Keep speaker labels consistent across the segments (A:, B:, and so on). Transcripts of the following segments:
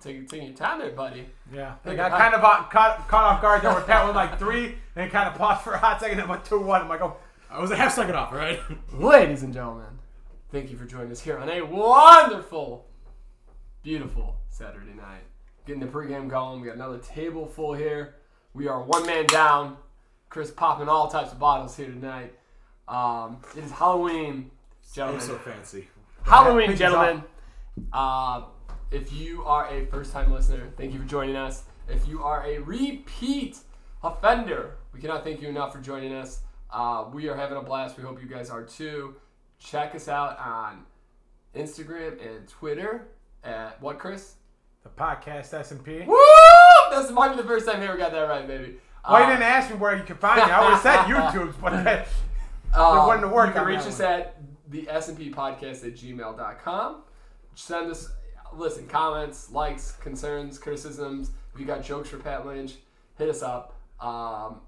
A: taking taking your time there, buddy.
B: Yeah,
A: Like,
B: like I
A: I-
B: kind of got caught, caught off guard. There were Pat with like three, and kind of paused for a hot second. Then went two one. I'm like, oh,
C: I was a half second off, all right?
A: Ladies and gentlemen, thank you for joining us here on a wonderful, beautiful Saturday night. Getting the pregame going. We got another table full here. We are one man down. Chris popping all types of bottles here tonight. Um, it is Halloween,
C: I'm
A: gentlemen.
C: so fancy.
A: Halloween,
B: Pinkies
A: gentlemen. Uh, if you are a first time listener, thank you for joining us. If you are a repeat offender, we cannot thank you enough for joining us. Uh, we are having a blast. We hope you guys are too. Check us out on Instagram and Twitter at what, Chris?
B: the podcast S and P.
A: Woo! That's might be the first time I ever got that right, baby.
B: Why Oh, you
A: Uh,
B: didn't ask me where you could find me? I would have said YouTube's, but that,
A: Um,
B: wouldn't work
A: You can
B: on
A: reach
B: that
A: us
B: one.
A: at the S&P podcast at gmail.com. Send us, listen, comments, likes, concerns, criticisms. If you got jokes for Pat Lynch, hit us up. Um,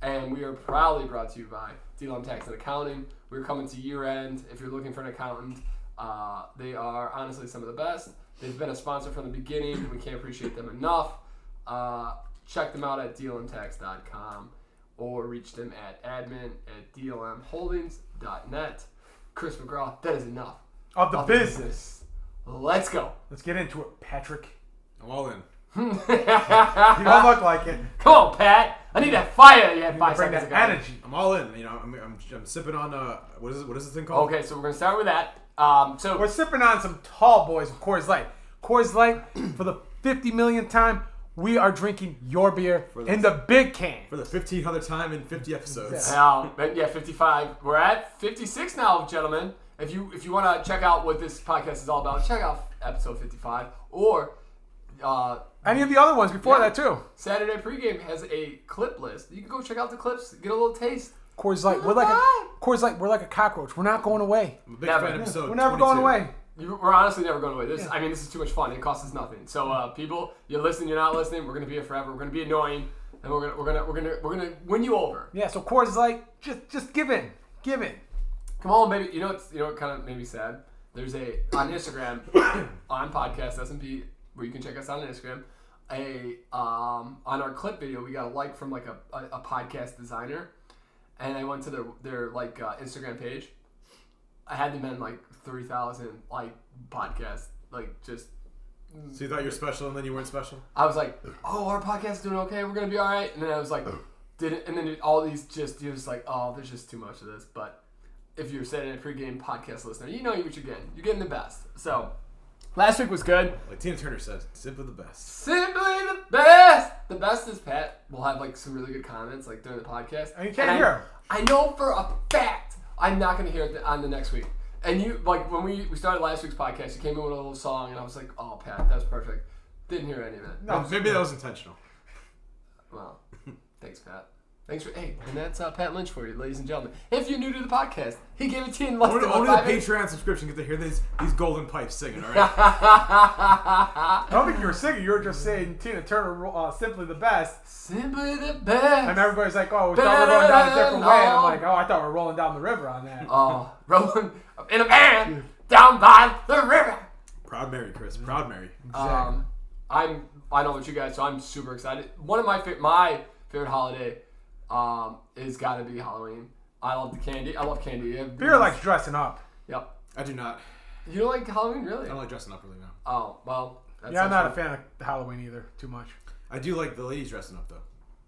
A: and we are proudly brought to you by DLM Tax and Accounting. We're coming to year end. If you're looking for an accountant, uh, they are honestly some of the best. They've been a sponsor from the beginning. We can't appreciate them enough. Uh, check them out at dlmtax.com or reach them at admin at dlmholdings.net. Chris McGraw, that is enough.
B: of the
A: of
B: business.
A: Let's go.
B: Let's get into it, Patrick.
C: I'm all in.
B: You
A: Come
B: don't look like it.
A: on, Pat. I need that fire you had
B: You
A: five
B: bring
A: seconds
B: Ah. that
A: ago.
B: energy.
C: I'm all in. You know, I'm, I'm, I'm sipping on uh, what is it, what is this thing called?
A: Okay, so we're gonna start with that. Um, so
B: We're sipping on some tall boys with Coors Light. Coors Light, for the 50 millionth time, we are drinking your beer
C: the-
B: in the big can.
C: For the 1500th time in 50 episodes.
A: Now, but yeah, 55. We're at 56 now, gentlemen. If you if you want to check out what this podcast is all about, check out episode 55 or uh,
B: Any of the other ones before
A: Yeah.
B: that, too.
A: Saturday pregame has a clip list. You can go check out the clips, get a little taste.
B: Coors Light, we're like a, Coors Light, we're like a cockroach. We're not going away.
C: I'm a big
A: Never.
C: fan of episode
B: We're never going
C: 22.
B: away.
A: You, we're honestly never going away. This I mean, this is too much fun. It costs us nothing. So uh, people, you're listening, you're not listening. We're gonna be here forever. We're gonna be annoying, and we're gonna we're gonna we're gonna we're gonna win you over.
B: Yeah, so Coors Light, just just give in. Give in.
A: Come on, baby. You know what's you know what kind of made me sad? There's a on Instagram on podcast S and P where you can check us out on Instagram. A um, on our clip video we got a like from like a, a, a podcast designer, and I went to their their like uh, Instagram page. I had them in like three thousand like podcasts like just
C: So you thought you were special and then you weren't special?
A: I was like, oh, our podcast is doing okay. We're gonna be all right. And then I was like, did it, and then it, all these just you're just like, oh, there's just too much of this. But if you're setting a pregame podcast listener, you know what you're getting. You're getting the best. So last week was good.
C: Like Tina Turner says, simply the best.
A: Simply the best. The best is Pat. We'll have like some really good comments like during the podcast.
B: And you can't
A: I-
B: hear 'em.
A: I know for a fact I'm not gonna hear it on the next week. And you like when we, we started last week's podcast, you came in with a little song, and I was like, oh, Pat, that's perfect. Didn't hear any of it.
B: No,
C: Um, Maybe that was intentional.
A: Wow. Thanks, Pat. Thanks for hey, and that's uh, Pat Lynch for you, ladies and gentlemen. If you're new to the podcast, he gave it to you in less
C: Only,
A: than
C: only the
A: five minutes.
C: Patreon subscription get to hear these, these golden pipes singing, all right?
B: I don't think you were singing. You were just saying Tina Turner, uh, simply the best.
A: Simply the best.
B: And everybody's like, oh, we thought we were going down a different way. And I'm like, oh, I thought we were rolling down the river on that.
A: Oh, rolling in a van down by the river.
C: Proud Mary, Chris. Proud Mary.
A: Um, I'm I know about you guys, so I'm super excited. One of my fa- my favorite holiday um is gotta be Halloween. I love the candy. I love candy.
B: Beer likes dressing up.
A: Yep.
C: I do not.
A: You don't like Halloween really?
C: I don't like dressing up really now.
A: Oh well. That's
B: Yeah, I'm not a
A: actually-
B: fan of Halloween either. Too much.
C: I do like the ladies dressing up, though.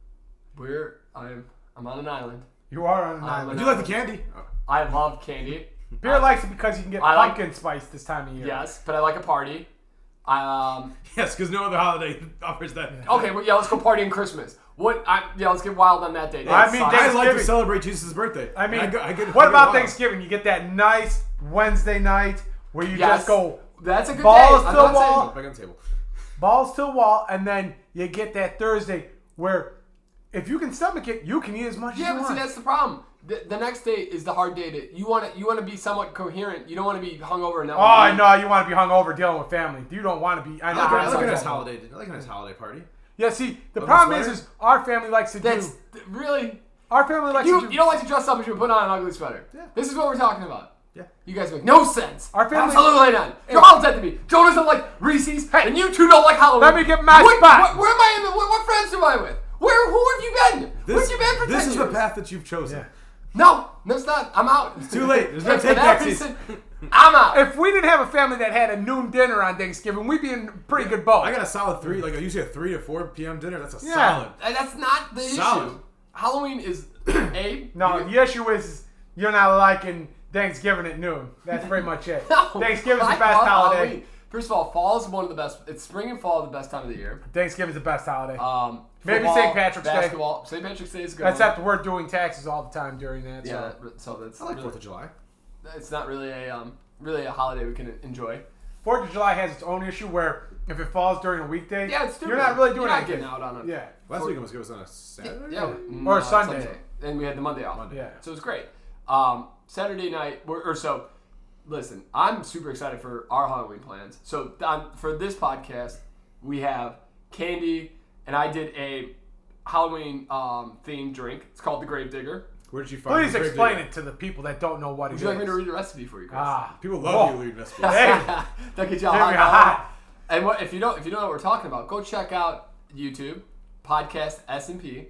A: We're I'm I'm on an island.
B: You are on an
C: I
B: island.
C: do like the candy. Oh,
A: I love candy.
B: Beer likes it because you can get
A: I like-
B: pumpkin spice this time of year.
A: Yes, but I like a party. Um,
C: yes, because no other holiday offers that.
A: okay, well, yeah, let's go party in Christmas. What? I, yeah, let's get wild on that day. That
B: I mean,
A: sucks.
C: I like to
B: Thanksgiving.
C: celebrate Jesus' birthday.
B: I mean,
C: And go- I get- I
B: what
C: get
B: about
C: wild.
B: Thanksgiving? You get that nice Wednesday night where you
A: Yes.
B: just go
A: That's a good
B: balls
A: day. I'm
B: to the
A: not saying-
B: wall.
C: Back on the table.
B: balls to the wall, and then you get that Thursday where if you can stomach it, you can eat as much as
A: Yeah,
B: you
A: but see,
B: want.
A: that's the problem. The, the next day is the hard day to you want to you want to be somewhat coherent. You don't want to be hungover and
B: oh, I know you want to be hungover dealing with family. You don't want to be. I know.
C: I
A: that's
C: like a nice
A: okay.
C: holiday. I like a nice holiday party.
B: Yeah, see, the
C: Little
B: problem is,
C: sweater?
B: is our family likes to
A: That's
B: do.
A: really
B: Our family likes
A: you.
B: to do.
A: You don't like to dress up, but you put on an ugly sweater. This is what we're talking about.
C: Yeah.
A: You guys make no sense.
B: Our family-
A: Absolutely not. You're all dead to me. Joe doesn't like Reese's, and you two don't like Halloween.
B: Let me get my
A: What-
B: spot.
A: What, where am I? In, what, what friends am I with? Where? Who have you been? Where have you been for
C: this
A: 10
C: is the
A: years?
C: path that you've chosen.
B: Yeah.
A: No, that's not. I'm out. It's
C: Too late. There's no
A: for
C: take
A: that
C: backsies.
A: reason, I'm out.
B: If we didn't have a family that had a noon dinner on Thanksgiving, we'd be in pretty good boat.
C: I got a solid three. Like I usually a three to four p.m. dinner. That's a
B: Yeah.
C: solid.
A: And that's not the issue.
C: Solid.
A: Halloween is a
B: no, the issue is you're not liking Thanksgiving at noon. That's pretty much it.
A: No,
B: Thanksgiving's
A: I
B: the best
A: love
B: holiday.
A: Halloween. First of all, fall is one of the best. It's spring and fall are the best time of the year.
B: Thanksgiving's the best holiday.
A: Um,
B: Maybe
A: football,
B: St. Patrick's Day.
A: basketball. St. Patrick's Day is a good. one.
B: Except we're doing taxes all the time during that. So.
A: Yeah, that- so that's
C: I like
A: really,
C: Fourth of July.
A: it's not really a um, really a holiday we can enjoy.
B: Fourth of July has its own issue where if it falls during a weekday,
A: Yeah, it's stupid.
B: you're not really
A: You're
B: doing
A: not
B: anything.
A: getting out on it.
B: Yeah.
C: Last weekend was good. Was on a Saturday.
A: yeah, mm,
B: Or
A: uh,
B: Sunday.
A: And we had the Monday off.
C: Monday.
B: Yeah.
A: So it's great. Um, Saturday night, or, or so. Listen, I'm super excited for our Halloween plans. So on, for this podcast, we have candy, and I did a Halloween um, themed drink. It's called the Grave Digger.
C: Where did you find?
B: Please
C: the grape
B: explain
C: digger?
B: it to the people that don't know what it
A: Would
B: is.
A: you like me to read the recipe for you, Chris?
B: ah,
C: People love
B: Whoa.
C: you, Lee Nesbitt.
B: Hey.
A: that gets y'all
B: There
A: hot.
B: we
A: now.
B: are.
A: And what, if you don't if you don't know what we're talking about, go check out YouTube podcast S and P,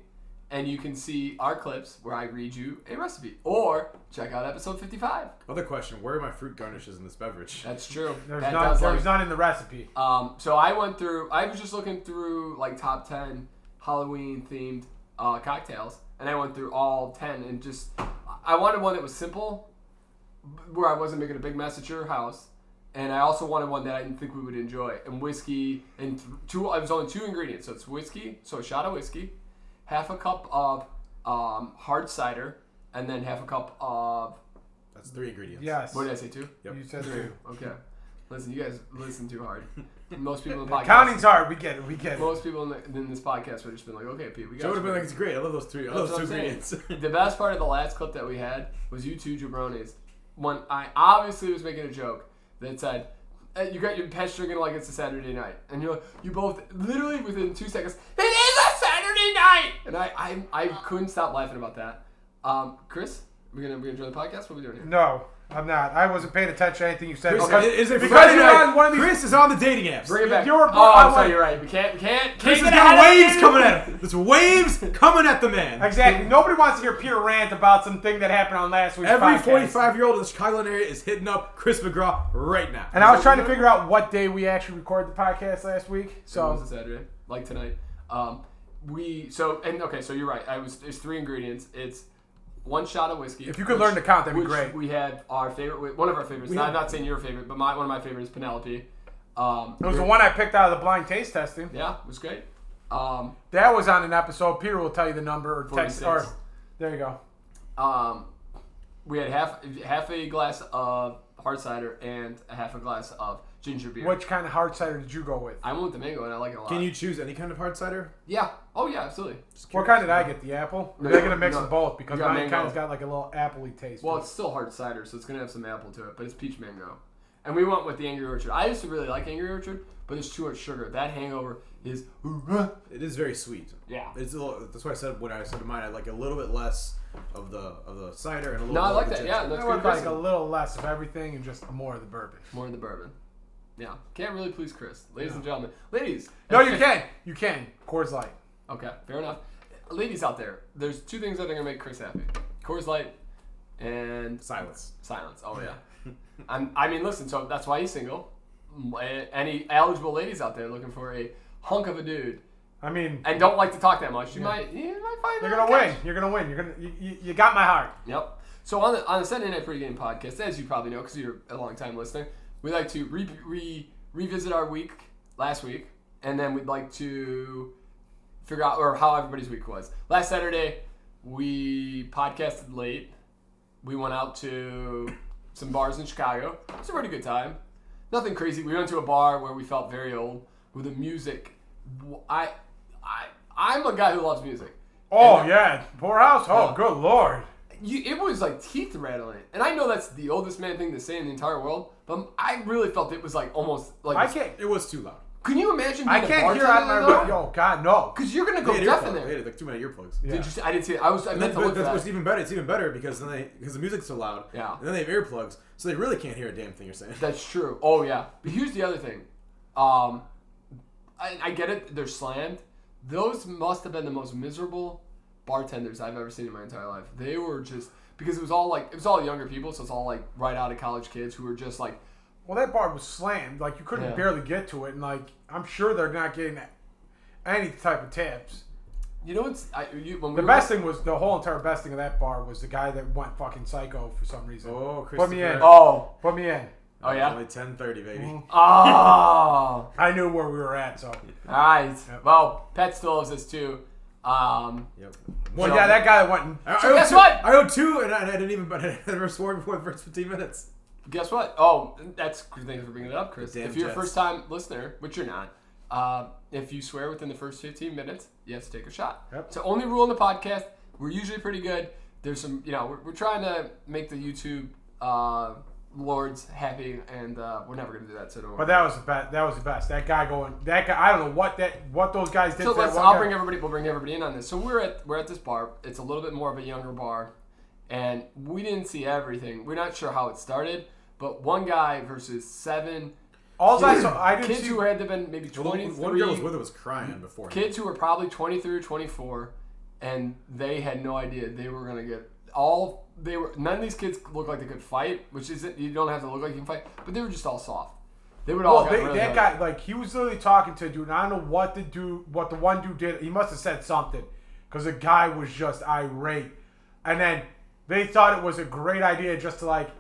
A: and you can see our clips where I read you a recipe. Or check out episode fifty five.
C: Other question: Where are my fruit garnishes in this beverage?
A: That's true.
B: There's
A: that
B: none.
A: does
B: There's
A: like-
B: none in the recipe.
A: Um, so I went through. I was just looking through like top ten Halloween themed uh, cocktails, and I went through all ten and just I wanted one that was simple, where I wasn't making a big mess at your house, and I also wanted one that I didn't think we would enjoy. And whiskey and th- two. It was only two ingredients, so it's whiskey, so a shot of whiskey, half a cup of um, hard cider, and then half a cup of
C: That's three ingredients.
B: Yes.
A: what did I say? Two.
C: Yep.
B: You said three.
A: Okay. Listen, you guys listen too hard. Most people in the podcast.
B: Counting's hard. We get it. We get it.
A: Most people in, the, in this podcast would have just been like, okay, Pete, we got
C: Joe would have
A: you."
C: been like, "It's great. I love those three. I
A: That's
C: love
A: what
C: those two
A: I'm saying.
C: ingredients."
A: The best part of the last clip that we had was you two jabronis. When I obviously was making a joke that said, "Uh, you got your pet drinking like it's a Saturday night. And you're, you both, literally within two seconds, it is a Saturday night! And I, I, I couldn't stop laughing about that. Um, Chris, we're going to enjoy the podcast? What are we doing here?
B: No, I'm not. I wasn't paying attention to anything you said.
C: Chris,
B: because-
C: it is a
B: because
C: Friday
B: you're
C: night.
B: on one of these-
C: Chris is on the dating apps.
A: Bring it back.
B: You're-
A: oh, I'm
B: I
A: sorry,
B: want-
A: you're right. We can't, we can't, can't
C: Chris
A: get
C: has
A: ahead
C: got
A: of
C: waves
A: it.
C: coming at him. There's waves coming at the man.
B: Exactly. Nobody wants to hear pure rant about something that happened on last week's
C: Every
B: podcast.
C: 45 year old in the Chicagoland area is hitting up Chris McGraw right now.
B: And I was trying to figure out what day we actually recorded the podcast last week.
A: So it
B: So
A: was a Saturday, like tonight. Um, we so and okay, so you're right. I was it's three ingredients. It's one shot of whiskey.
B: If you could learn to count, that'd be
A: which
B: great.
A: We had our favorite, one of our favorites. Now, I'm not saying your favorite, but my one of my favorites, Penelope. Um,
B: it was the one I picked out of the blind taste testing.
A: yeah, it was great. Um,
B: That was on an episode. Peter will tell you the number or text. Or
A: 46.
B: there you go.
A: um, we had half half a glass of hard cider and a half a glass of ginger beer.
B: Which kind of hard cider did you go with?
A: I went with the mango and I like it a lot.
C: Can you choose any kind of hard cider?
A: Yeah. Oh yeah, absolutely.
B: What kind did I get? The apple? Or
A: No,
B: They're gonna mix
A: no.
B: them both because
A: You got
B: mine kind
A: mango.
B: of's got like a little appley taste.
A: Well, it's still hard cider, so it's gonna have some apple to it, but it's peach mango. And we went with the Angry Orchard. I used to really like Angry Orchard, but there's too much sugar. That hangover is
C: It is very sweet.
A: yeah.
C: It's a little, that's why I said when I said to mine, I like a little bit less of the of the cider and a little.
A: No,
C: bit
A: I like
C: of the
A: that.
C: ginger.
A: Yeah, that's
B: I
A: good.
B: would like a
A: Chris.
B: little less of everything and just more of the bourbon.
A: More of the bourbon. Yeah, can't really please Chris, ladies and gentlemen, ladies.
B: No, you can. You can. Coors Light.
A: Okay, fair enough. Ladies out there, there's two things that are gonna make Chris happy: Coors Light and
C: Silence.
A: silence. Oh yeah. I'm, I mean, listen. So that's why he's single. eh, Any eligible ladies out there looking for a hunk of a dude?
B: I mean,
A: and don't like to talk that much, you might you might find
B: you're
A: that
B: gonna
A: catch.
B: win. You're gonna win. You're gonna. You, you, you got my heart.
A: Yep. So on the on the Saturday Night Pre-Game podcast, as you probably know because you're a long time listener, we like to re, re, revisit our week last week, and then we'd like to figure out or how everybody's week was. Last Saturday, we podcasted late. We went out to some bars in Chicago. It was a pretty good time. Nothing crazy. We went to a bar where we felt very old with the music. W- I I I'm a guy who loves music.
B: Oh
A: And-
B: yeah, Poorhouse. Oh,
A: Yeah.
B: good lord.
A: you, it was like teeth rattling. And I know that's the oldest man thing to say in the entire world, but I really felt it was like almost like
B: I can't.
C: It was too loud.
A: Can you imagine? Being
B: I can't hear out my Yo, God, no.
A: Because you're gonna go
C: They had
A: deaf
C: earplugs.
A: in
C: They
A: there.
C: had like too many earplugs.
A: Did you see, I didn't see it. I was. I
C: And
A: meant
C: then,
A: to look
C: but
A: at
C: that's what's
A: that.
C: even better. It's even better because then they because the music's so loud.
A: Yeah.
C: And then they have earplugs, so they really can't hear a damn thing you're saying.
A: That's true. Oh yeah. But here's the other thing. Um, I, I get it. They're slammed. Those must have been the most miserable bartenders I've ever seen in my entire life. They were just because it was all like it was all younger people, so it's all like right out of college kids who were just like
B: Well, that bar was slammed. Like you couldn't
A: Yeah.
B: barely get to it, and like I'm sure they're not getting any type of tips.
A: you know what's I, you, when we
B: The
A: were-
B: best thing was the whole entire best thing of that bar was the guy that went fucking psycho for some reason.
C: Oh,
B: put me in.
C: Christopher.
A: Oh.
B: Put me in.
A: Oh yeah.
C: Only ten thirty, baby.
B: Mm-hmm.
A: Oh. All
B: I knew where we were at, so
A: right. Well, Pet still loves us too. Um,
C: Yep.
B: But
C: One.
B: yeah, that guy that went.
C: I, I
A: So
C: owe
A: guess
C: two,
A: what?
C: I owe two, and I, and I didn't even. But I never swore before the first fifteen minutes.
A: guess what? Oh, that's thanks for bringing it up, Chris.
C: Damn
A: if you're
C: Jets.
A: a first time listener, which you're not, uh, if you swear within the first 15 minutes, you have to take a shot.
B: Yep.
A: It's the only rule in the podcast. We're usually pretty good. There's some, you know, we're, we're trying to make the YouTube uh, lords happy, and uh, we're never going to do that. So don't worry.
B: But that was the best. That was the best. That guy going. That guy. I don't know what that what those guys did.
A: so
B: to that
A: let's.
B: one
A: I'll
B: guy.
A: bring everybody. We'll bring everybody in on this. So we're at we're at this bar. It's a little bit more of a younger bar, and we didn't see everything. We're not sure how it started, but one guy versus seven
B: All I saw. I didn't
A: kids
B: see.
A: who had to been maybe
C: Well,
A: twenty
C: the- One girl was
A: three.
C: with it was crying before.
A: Kids who were probably twenty three or twenty four, and they had no idea they were gonna get all. They were none of these kids looked like they could fight, which isn't you don't have to look like you can fight, but they were just all soft. They would all
B: Well,
A: got
B: they,
A: really
B: that
A: hurt.
B: guy, like, he was literally talking to a dude, and I don't know what the dude, what the one dude did. He must have said something, because the guy was just irate. And then they thought it was a great idea just to, like,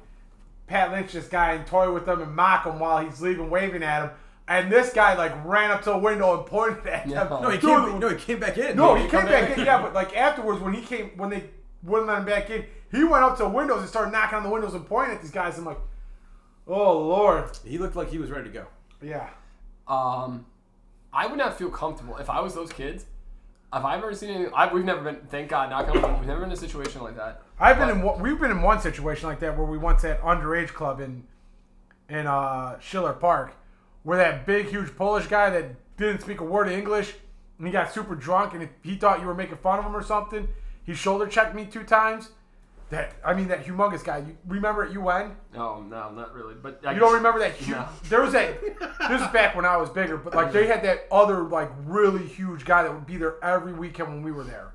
B: Pat Lynch this guy and toy with him and mock him while he's leaving, waving at him. And this guy, like, ran up to a window and pointed at him.
A: Yeah.
C: No, he
B: Dude,
C: came. No, he came back in.
B: no,
C: Did
B: he came
C: come
B: back in, yeah, but like afterwards when he came when they wouldn't let him back in, he went up to windows and started knocking on the windows and pointing at these guys. I'm like, oh lord,
C: He looked like he was ready to go.
B: yeah.
A: Um, I would not feel comfortable if I was those kids. If I've ever seen anything, I, we've never been. Thank God, knock on wood, we've never been in a situation like that.
B: I've been in one- we've been in one situation like that where we once had underage club in in uh, Schiller Park, where that big huge Polish guy that didn't speak a word of English and he got super drunk and he thought you were making fun of him or something. He shoulder checked me two times. That I mean that humongous guy. You remember at UN?
A: No, no, not really. But I
B: You don't remember that huge?
A: No.
B: There was that. This is back when I was bigger, but like they had that other like really huge guy that would be there every weekend when we were there.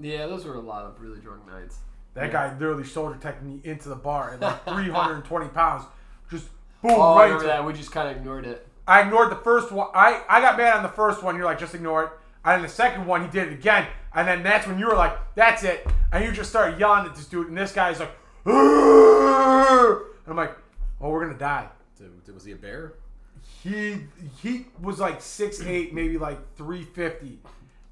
A: Yeah, those were a lot of really drunk nights.
B: That guy literally shoulder teched me into the bar at like 320 pounds. Just boom,
A: Oh, I
B: right
A: remember
B: into
A: that. We just kind of ignored it.
B: I ignored the first one. I, I got mad on the first one. You're like, just ignore it. And then the second one, he did it again. And then that's when you were like, that's it. And you just started yelling at this dude. And this guy's like, "Argh!" and I'm like, oh, we're going to die.
C: Did- did- Was he a bear?
B: He he was like six eight, maybe like 350.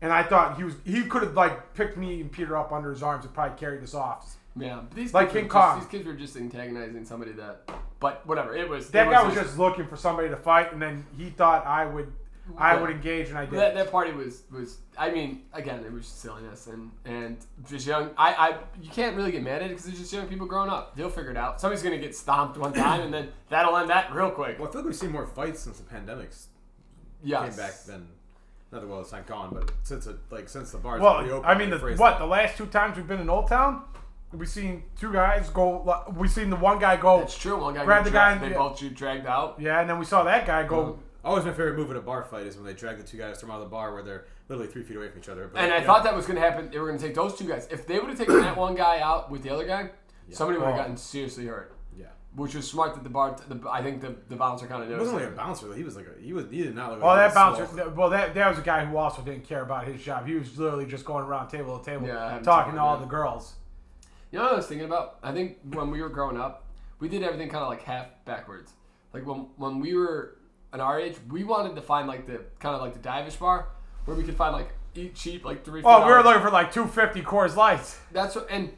B: And I thought he was he could have like picked me and Peter up under his arms and probably carried us off.
A: Yeah, but these
B: Like
A: kids were
B: King
A: just-
B: Kong.
A: These kids were just antagonizing somebody that. But whatever, it was.
B: That
A: it
B: guy was just looking for somebody to fight, and then he thought I would, I would engage, and I did.
A: That, that party was was I mean again it was just silliness and and just young I I you can't really get mad at it because it's just young people growing up they'll figure it out somebody's gonna get stomped one time and then that'll end that real quick
C: Well, I feel like we've seen more fights since the pandemics
A: yes
C: came back than. Another well, it's not gone, but since it like since the bars
B: well,
C: reopened,
B: I mean,
C: they
B: the,
C: phrased
B: what
C: it.
B: the last two times we've been in Old Town, we've seen two guys go. We've seen the one guy go,
A: it's true one guy
B: Grab
A: got
B: the
A: dragged-
B: guy and-
A: they
B: yeah.
A: both get dragged out
B: yeah, and then we saw that guy go.
C: Always my favorite move in a bar fight is when they drag the two guys from out of the bar where they're literally three feet away from each other. But
A: and I
C: yeah.
A: thought that was gonna happen they were gonna take those two guys if they would have taken that one guy out with the other guy somebody would have
B: Oh.
A: gotten seriously hurt
C: yeah,
A: which was smart that the bar the, I think the the bouncer kind of
C: it
A: noticed
C: wasn't
A: it.
C: like a bouncer. He was like a, he was he did not look.
B: Oh, that
C: like he was
B: bouncer!
C: slow.
B: that- Well, that that was a guy who also didn't care about his job. He was literally just going around table to table,
A: Yeah, I haven't
B: talking
A: talked
B: to all
A: to
B: the
A: him.
B: girls.
A: You know what I was thinking about? I think when we were growing up, we did everything kind of like half backwards. Like when when we were an our age, we wanted to find like the kind of like the divish bar where we could find like eat cheap like three.
B: Oh, we were
A: $4.
B: looking for like 250 Coors Lights.
A: that's what and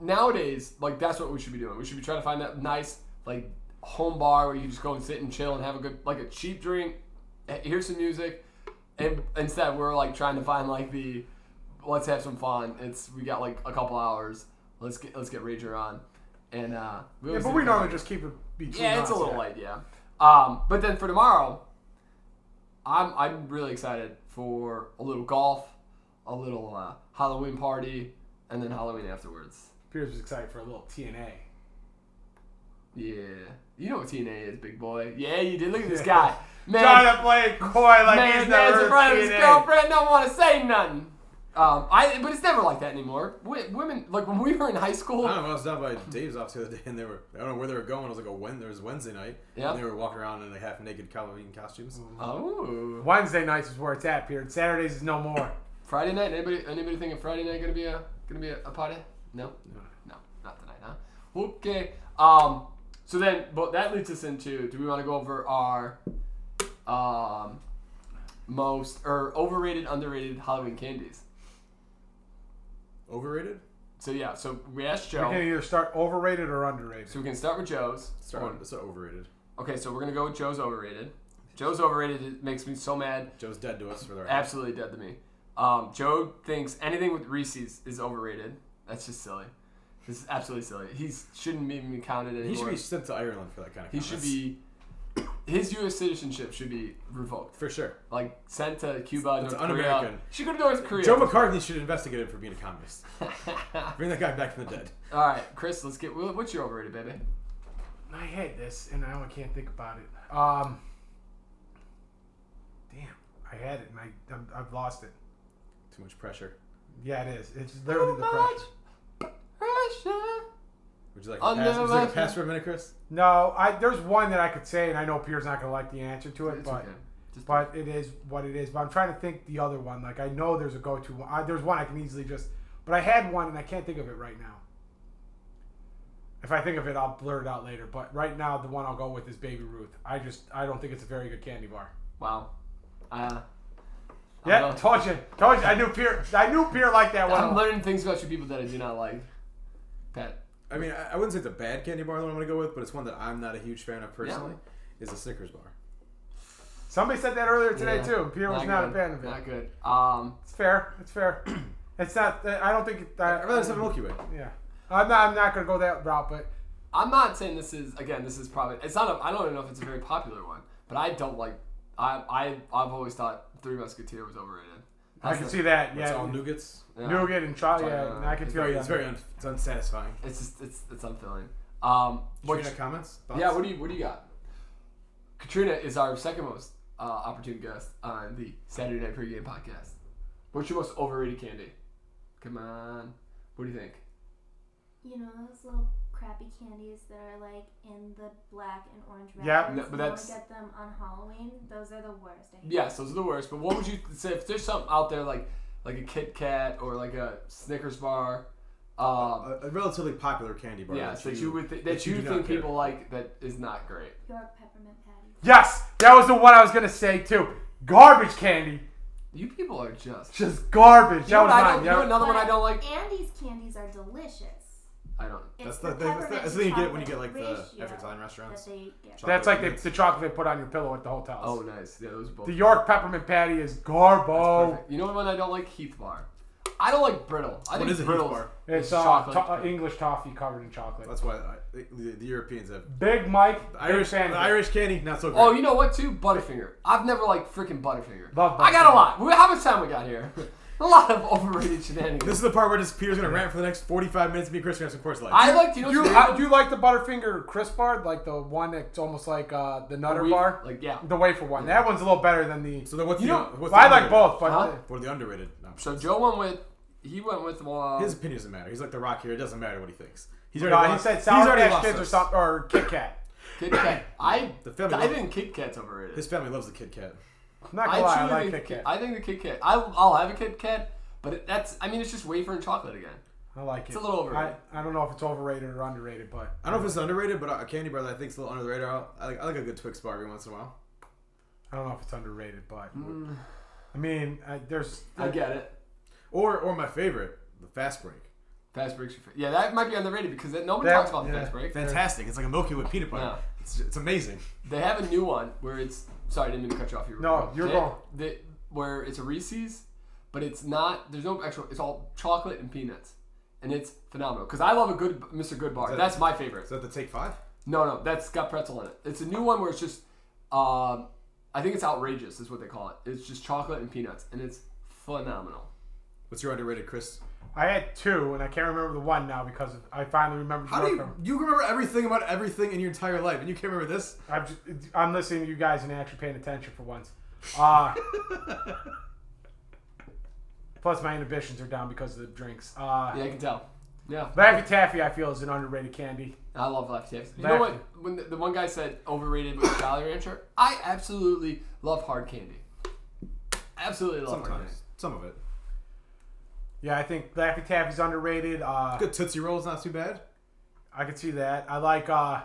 A: nowadays like that's what we should be doing. We should be trying to find that nice like home bar where you just go and sit and chill and have a good like a cheap drink, eh, hear some music, and instead we're like trying to find like the let's have some fun. It's we got like a couple hours. Let's get let's get rager on, and uh, we
B: Yeah,
A: always
B: but
A: did
B: we
A: that.
B: normally just keep it between
A: yeah it's a
B: us,
A: little light yeah. Um, but then for tomorrow, I'm I'm really excited for a little golf, a little uh, Halloween party, and then Halloween afterwards.
B: Pierce was excited for a little TNA.
A: Yeah, you know what TNA is, big boy. Yeah, you did. Look at this guy, man.
B: to play it coy like
A: man, man's in front of his girlfriend. Don't want to say nothing. Um, I but it's never like that anymore. Wi women like when we were in high school.
C: I don't know. I was down by Dave's office the other day, and they were I don't know where they were going. It was like a when there was Wednesday night,
A: Yeah.
C: and they were walking around in like half naked Halloween
B: Mm-hmm.
C: costumes.
A: Oh,
B: Wednesday nights is where it's at, Pierce. Saturdays is no more.
A: Friday night. Anybody anybody thinking Friday night gonna be a gonna be a, a party? No,
C: No.
A: no, not tonight, huh? Okay. Um. So then, but that leads us into: Do we want to go over our um most or overrated, underrated Halloween candies?
C: Overrated?
A: So yeah. So we asked
B: We can
A: Joe.
B: either start overrated or underrated.
A: So we can start with Joe's.
C: Start
A: Or-
C: on it's overrated.
A: Okay, so we're gonna go with Joe's overrated. Joe's overrated it makes me so mad,
C: Joe's dead to us for the rest.
A: absolutely dead to me. Um, Joe thinks anything with Reese's is overrated. That's just silly. This is absolutely silly. He shouldn't even be counted anymore.
C: He should be sent to Ireland for that kind of.
A: He should
C: comments.
A: be- His U.S. citizenship should be revoked,
C: for sure.
A: like sent to Cuba,
C: That's
A: North Korea.
C: un-American.
A: She could go to North Korea.
C: Joe McCarthy should investigate him for being a communist. Bring that guy back from the dead.
A: All right, Chris, let's get. wh- What's your overrated, baby?
B: I had this, and now I can't think about it. Um, damn, I had it, and I I'm, I've lost it.
C: Too much pressure.
B: Yeah, it is. It's literally the pressure.
A: pressure.
C: Would you like
A: Under
C: a pass? Would you like
A: my-
C: a pass for a minute, Chris?
B: No, I there's one that I could say, and I know Pierre's not gonna like the answer to it,
A: It's
B: but
A: okay. Just
B: but it is what it is. But I'm trying to think the other one. Like I know there's a go-to one. I, there's one I can easily just, but I had one and I can't think of it right now. If I think of it, I'll blur it out later. But right now, the one I'll go with is Baby Ruth. I just I don't think it's a very good candy bar.
A: wow. Uh, I'm
B: Yeah,
A: not-
B: told you, told you. I knew Pierre. I knew Pierre liked that
A: I'm
B: one.
A: learning things about you people that I do not like. Pat.
C: I mean, I, I wouldn't say it's a bad candy bar that I'm going to go with, but it's one that I'm not a huge fan of personally. Is a Snickers bar.
B: Somebody said that earlier today
A: Yeah.
B: too. Pierre was not, a
A: good.
B: fan of it.
A: Not good. Um,
B: It's fair. It's fair. it's not. I don't think. it- I,
C: I'd rather just have a Milky Way.
B: Yeah, I'm not. I'm not gonna go that route, but
A: I'm not saying this is again. This is probably it's not. A, I don't even know if it's a very popular one, but I don't like. I I I've always thought Three Musketeer was overrated.
B: I
A: That's
B: can
A: the-
B: see that.
C: It's
B: Yeah,
C: all nougats.
A: yeah.
B: nougat and chocolate. Yeah,
A: Yeah.
B: I can
C: It's
B: feel
C: very,
B: that.
C: it's very un, it's unsatisfying.
A: It's just it's it's unfilling. Um,
C: What
A: what,
C: your comments? Thoughts?
A: yeah. What do you what do you got? Katrina is our second most uh, opportune guest on the Saturday Night Pregame podcast. What's your most overrated candy? Come on. What do you think?
D: You know those little crappy candies that are like in the black and orange wrappers?
B: Yeah,
A: no, but
D: You only
A: that's-
D: get them on Halloween. Those are the worst. I hate
A: Yes, those are the worst. But what would you say if there's something out there like like a Kit Kat or like a Snickers bar? Um,
C: A, a relatively popular candy bar.
A: yes, that you would th- that
C: that
A: you
C: do not
A: think
C: care.
A: people like that is not great.
D: York peppermint patties.
B: Yes, that was the one I was gonna say too. Garbage candy,
A: You people are just.
B: just garbage.
A: You know,
B: that
A: what I don't,
B: was mine.
A: you know
B: Yeah.
A: another one I don't like.
D: Andy's candies are delicious.
A: I don't.
C: That's
D: It's the,
C: the thing. That's the,
D: peppermint
C: that's the
D: to
C: thing you get when you get
D: chocolate
C: like the
D: ratio
C: after Italian
D: that
C: restaurants.
D: they get.
B: That's like the,
C: Chocolate
B: the chocolate they put on your pillow at the hotels.
A: Oh, nice. Yeah, those both.
B: The York peppermint patty is garbo.
A: Perfect. You know what one I don't like? Heath bar. I don't like brittle. I
C: What
A: think
C: is a Heath
A: brittle
C: bar?
B: It's uh,
A: chocolate.
B: to- uh, English toffee covered in chocolate.
C: That's why I, the, the Europeans have
B: Big Mike,
C: Irish.
B: big fan.
C: the
B: of it.
C: Irish candy, not so great.
A: oh, you know what too? Butterfinger. I've never liked freaking Butterfinger.
B: Love
A: I got
B: Butterfinger.
A: a lot. We- How much time we got here? a lot of overrated shenanigans.
C: This is the part where just Peter's gonna rant for the next 45 minutes. Me, and Chris, gonna have some course lights.
A: I like to you know.
B: You,
A: what's
B: how,
A: weird?
B: do you like the Butterfinger crisp bar, like the one that's almost like uh, the Nutter
A: Wheat-
B: bar,
A: Like yeah.
B: the wafer one? That one's a little better than the.
C: so then, what's
A: You
C: the,
A: know-
C: what's
B: Well, I
C: the
B: like
C: underrated?
B: both, but
A: Huh?
C: What are the underrated
A: So
C: options?
A: Joe went with he went with uh,
C: his opinion doesn't matter. He's like the Rock here. It doesn't matter what he thinks. He's
B: um, no,
C: already
B: he
C: lost-
B: said
C: he's
B: Sour
C: already
B: Patch
C: lost
B: Kids or
C: us.
B: something or Kit Kat.
A: Kit Kat. I
C: The family
A: I
C: love-
A: think Kit Kat's overrated.
C: His family loves the Kit Kat.
B: I'm not
A: I
B: gonna lie, I
A: truly
B: like Kit
A: think
B: Kat. I,
A: I think the Kit Kat. I, I'll have a Kit Kat, but it, that's I mean it's just wafer and chocolate again.
B: like it.
A: It's a little overrated.
B: I, I don't know if it's overrated or underrated, but
C: I don't know if it's underrated, but a candy bar that I think's a little under the radar. I like, I like a good Twix bar every once in a while.
B: I don't know if it's underrated, but
A: Mm.
B: I mean, I, there's
A: I, get it.
C: Or or my favorite, the Fast Break.
A: Fast breaks. Your fa- yeah, that might be underrated because that, nobody
B: That-
A: talks about the
B: yeah.
A: fast break.
C: Fantastic! It's like a Milky Way peanut butter.
A: Yeah.
C: It's, it's amazing.
A: They have a new one where it's sorry, I didn't mean to cut you off. You were
B: No,
A: going.
B: you're
A: They-
B: going.
A: they- where it's a Reese's, but it's not. There's no actual. It's all chocolate and peanuts, and it's phenomenal. Because I love a good Mr. Good bar.
C: that-
A: that's my favorite.
C: Is that the Take Five?
A: No, no, that's got pretzel in it. It's a new one where it's just um, a I think it's outrageous, is what they call it. It's just chocolate and peanuts, and it's phenomenal.
C: What's your underrated, Chris?
B: I had two, and I can't remember the one now because I finally remembered.
C: How
B: the
C: do
B: one
C: you you remember everything about everything in your entire life, and you can't remember this?
B: from- I'm, just, I'm listening to you guys and actually paying attention for once. Uh, plus, my inhibitions are down because of the drinks. Uh,
A: Yeah, I can tell. Yeah,
B: Laffy Taffy, I feel, is an underrated candy.
A: I love Laffy Taffy. You know what? When the, the one guy said overrated with Jolly Rancher, I absolutely love hard candy. Absolutely love hard
C: Sometimes,
A: candy.
C: some of it.
B: Yeah, I think Laffy Taffy's underrated. Uh,
C: Good Tootsie Roll's not too bad.
B: I can see that. I like. Uh,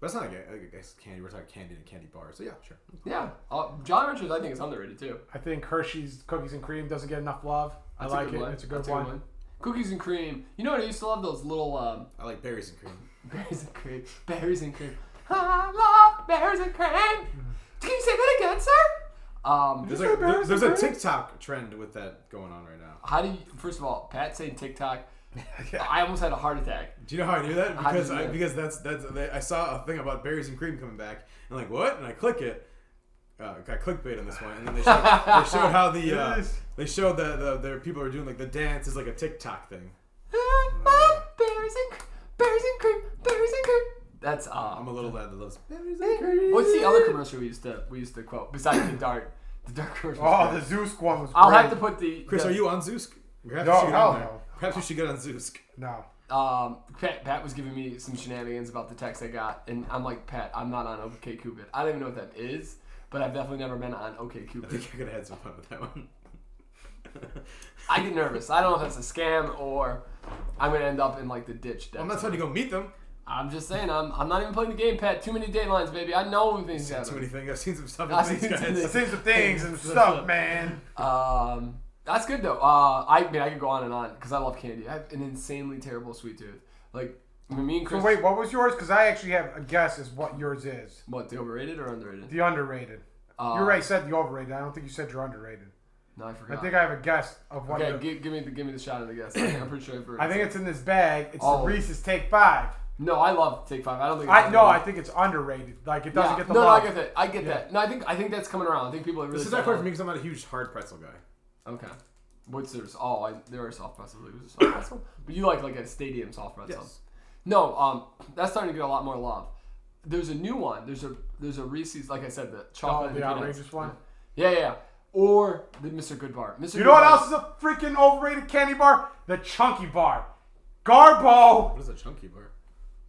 C: But it's not a ga- I guess candy. We're talking candy and candy bars. So yeah, sure.
A: Yeah, uh, Jolly Ranchers I think is underrated too.
B: I think Hershey's cookies and cream doesn't get enough love. I
A: That's a
B: like
A: good
B: it.
A: one.
B: It's a good
A: That's
B: one.
A: Cookies and cream. You know what? I used to love those little um,
C: I like berries and cream.
A: berries and cream. Berries and cream. I love berries and cream.
C: Mm-hmm.
A: Can you say that again, sir? Um,
C: There's,
B: say
C: like,
B: berries
C: there's
B: and
C: a
B: cream?
C: TikTok trend with that going on right now.
A: How do you? First of all, Pat saying TikTok. I almost had a heart attack.
C: Do you know how I knew that?
A: How did
C: Because
A: you
C: I,
A: know?
C: because that's that's I saw a thing about berries and cream coming back, and like what? And I click it. Uh, got clickbait on this one, and then they showed, they showed how the uh,
B: Yes.
C: they showed that the, the people are doing like the dance is like a TikTok thing.
A: I love berries and cr- berries and cream. Berries and cream. That's
C: I'm
A: um.
C: a little lad that loves berries and cream.
A: What's the other commercial we used to we used to quote besides the dart? The dark commercial.
B: Oh, the Zeus one was.
A: I'll
B: great.
A: have to put the
C: Chris,
A: the-
C: are you on Zeusk? Perhaps
B: No,
C: you should get on
B: hell
C: there.
B: no.
C: Perhaps you should get on Zeusk.
B: No.
A: um, Pat, Pat was giving me some shenanigans about the text I got, and I'm like, Pat, I'm not on OK Cupid. I don't even know what that is, but I've definitely never been on OK
C: I
A: Cupid.
C: think I could have had some fun with that one.
A: I get nervous. I don't know if that's a scam or I'm gonna end up in like the ditch.
C: I'm not telling you to go meet them.
A: I'm just saying, I'm, I'm not even playing the game, Pat. Too many deadlines, baby. I know things
C: Too many
A: happen.
C: things. I've seen some stuff.
A: I've
C: with
A: seen
C: these
A: some
C: guys.
A: things.
B: I've seen some things and stuff, man.
A: Um, that's good though. Uh, I mean, I could go on and on because I love candy. I have an insanely terrible sweet tooth. Like I mean, me and
B: So
A: Chris.
B: wait, what was yours? Because I actually have a guess as what yours is.
A: what? The overrated or underrated?
B: The underrated.
A: Uh,
B: you already said the overrated. I don't think you said you're underrated.
A: No, I
B: I
A: forgot.
B: think I have a guess of what.
A: okay,
B: the-
A: give, give me the give me the shot of the guess. I'm pretty sure I've heard.
B: I think it's in this bag. It's
A: Oh.
B: the Reese's Take Five.
A: No, I love Take Five. I don't think.
B: I no, I
A: underrated.
B: think it's underrated. Like it doesn't
A: Yeah.
B: get the
A: no, no,
B: love.
A: I get that. I get that. No, I think I think that's coming around. I think people are really.
C: This is not quite for
A: selling
C: me because I'm not a huge hard pretzel guy.
A: out. Okay. What's theirs? Oh, I, there are soft pretzels. There's a soft pretzel. But you like like a stadium soft pretzel.
C: Yes.
A: No, um, that's starting to get a lot more love. There's a new one. There's a there's a Reese's. Like I said, the
B: Oh,
A: chocolate. and
B: the
A: peanuts.
B: outrageous one.
A: Yeah, yeah. yeah. Or the Mr. Goodbar. Mr.
B: You know what else is a freaking overrated candy bar? The Chunky Bar. Garbo,
C: What is a chunky bar?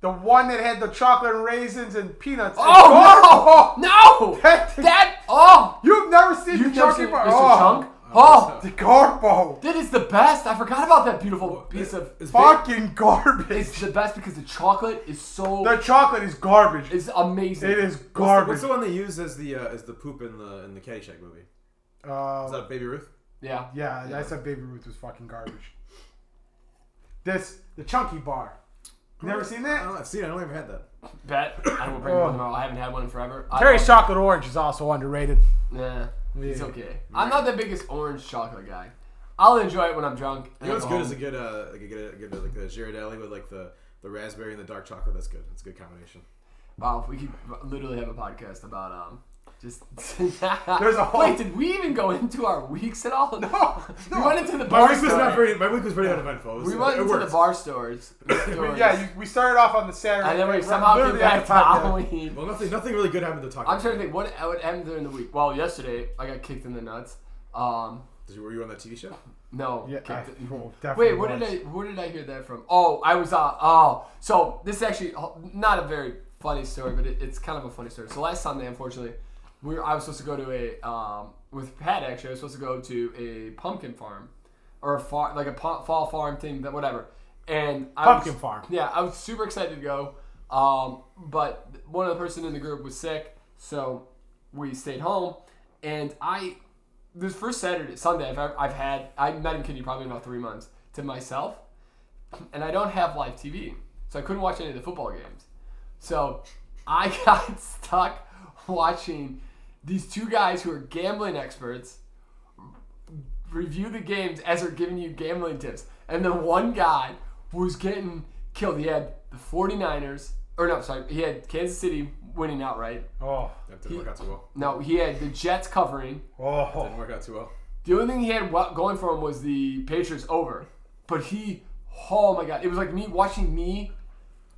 B: the one that had the chocolate and raisins and peanuts.
A: Oh
B: Garbo!
A: no! No!
B: That-
A: that oh!
B: You've never seen
A: You've
B: the
A: never
B: Chunky
A: seen
B: Bar.
A: Mr.
B: Oh,
A: Chunk? Oh,
C: what's
B: The Garbo.
A: that is the best. I forgot about that beautiful piece of.
C: Is ba-
B: Fucking garbage.
A: It's the best because the chocolate is so
B: The chocolate is garbage.
A: is amazing.
B: It is
C: What's
B: garbage.
C: the one they use as the uh, as the poop in the in the Caddyshack movie? Is
B: Uh,
C: that Baby Ruth?
A: Yeah.
B: yeah, I said Baby Ruth was fucking garbage. This, the Chunky Bar. You never seen
C: I
B: that?
C: don't, I've seen. It. I don't even had that.
A: Bet. I will bring
B: Oh.
A: one tomorrow. I haven't had one in forever. I
B: Terry's
A: love-
B: Chocolate Orange is also underrated.
A: Nah. It's
B: Yeah.
A: okay. I'm not the biggest orange chocolate guy. I'll enjoy it when I'm drunk.
C: You know what's good is a good uh like a good, a good like the Girardelli with like the the raspberry and the dark chocolate. That's good. It's a good combination.
A: Wow, if we could literally have a podcast about um, just
B: a whole-
A: wait. Did we even go into our weeks at all? No, we went into the
C: My
A: bar
C: week was not
A: stores.
C: very. My week was pretty uneventful. It was-
A: We went
C: it
A: into the
C: worked.
A: bar stores. stores.
B: Yeah, you, we started off on the Saturday.
A: and then we
B: night,
A: somehow came
B: literally on
A: back
B: the
A: to
B: podcast.
A: Halloween.
C: Well, nothing. Nothing really good happened to talk.
A: I'm
C: about.
A: trying to think what what happened during the week. Well, yesterday I got kicked in the nuts. Um,
C: Did you, were you on that TV show?
A: no,
B: Yeah, I,
A: kicked-
B: well, definitely
A: Wait, where did
B: was.
A: I where did I hear that from? Oh, I was uh oh. So this is actually uh, not a very funny story, but it, it's kind of a funny story. So last Sunday, unfortunately, we were, I was supposed to go to a um, with Pat actually. I was supposed to go to a pumpkin farm or a farm like a pu- fall farm thing that whatever. And I
B: Pumpkin
A: was,
B: farm.
A: Yeah, I was super excited to go, um, but one of the person in the group was sick, so we stayed home. And I this first Saturday, Sunday, I've, I've had, I'm not even kidding you, probably in about three months, to myself. And I don't have live TV. So I couldn't watch any of the football games. So I got stuck watching these two guys who are gambling experts review the games as they're giving you gambling tips. And the one guy was getting killed. He had the 49ers or no, sorry, he had Kansas City winning outright.
B: Oh,
C: That didn't work out too well.
A: No, he had the Jets covering.
B: oh,
C: Didn't work out too well.
A: The only thing he had wa- going for him was the Patriots over, but he, oh my god, it was like me watching me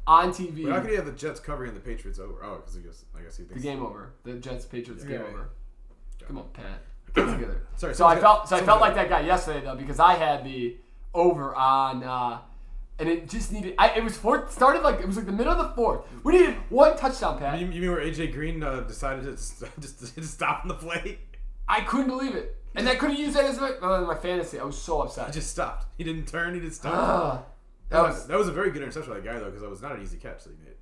A: on TV.
C: But how could he have the Jets covering the Patriots over? Oh, because I guess I guess he
A: The
C: thinks
A: game over. The Jets Patriots game
C: Yeah.
A: over. Come on, Pat. Get together.
C: Sorry,
A: So I
C: someone's
A: felt
C: got-
A: so I felt
C: someone's
A: like that guy yesterday though because I had the over on uh, and it just needed. I, it was fourth. Started like it was like the middle of the fourth. We needed one touchdown, Pat.
C: You, you mean where AJ Green uh, decided to s- just, to stop on the play?
A: I couldn't believe it, and I could have used that as my, uh, my fantasy. I was so
C: He
A: upset.
C: just stopped. He didn't turn. He didn't stop.
A: Ugh. that
C: that, was,
A: was
C: that was a very good interception by the guy though, because that was not an easy catch that he made.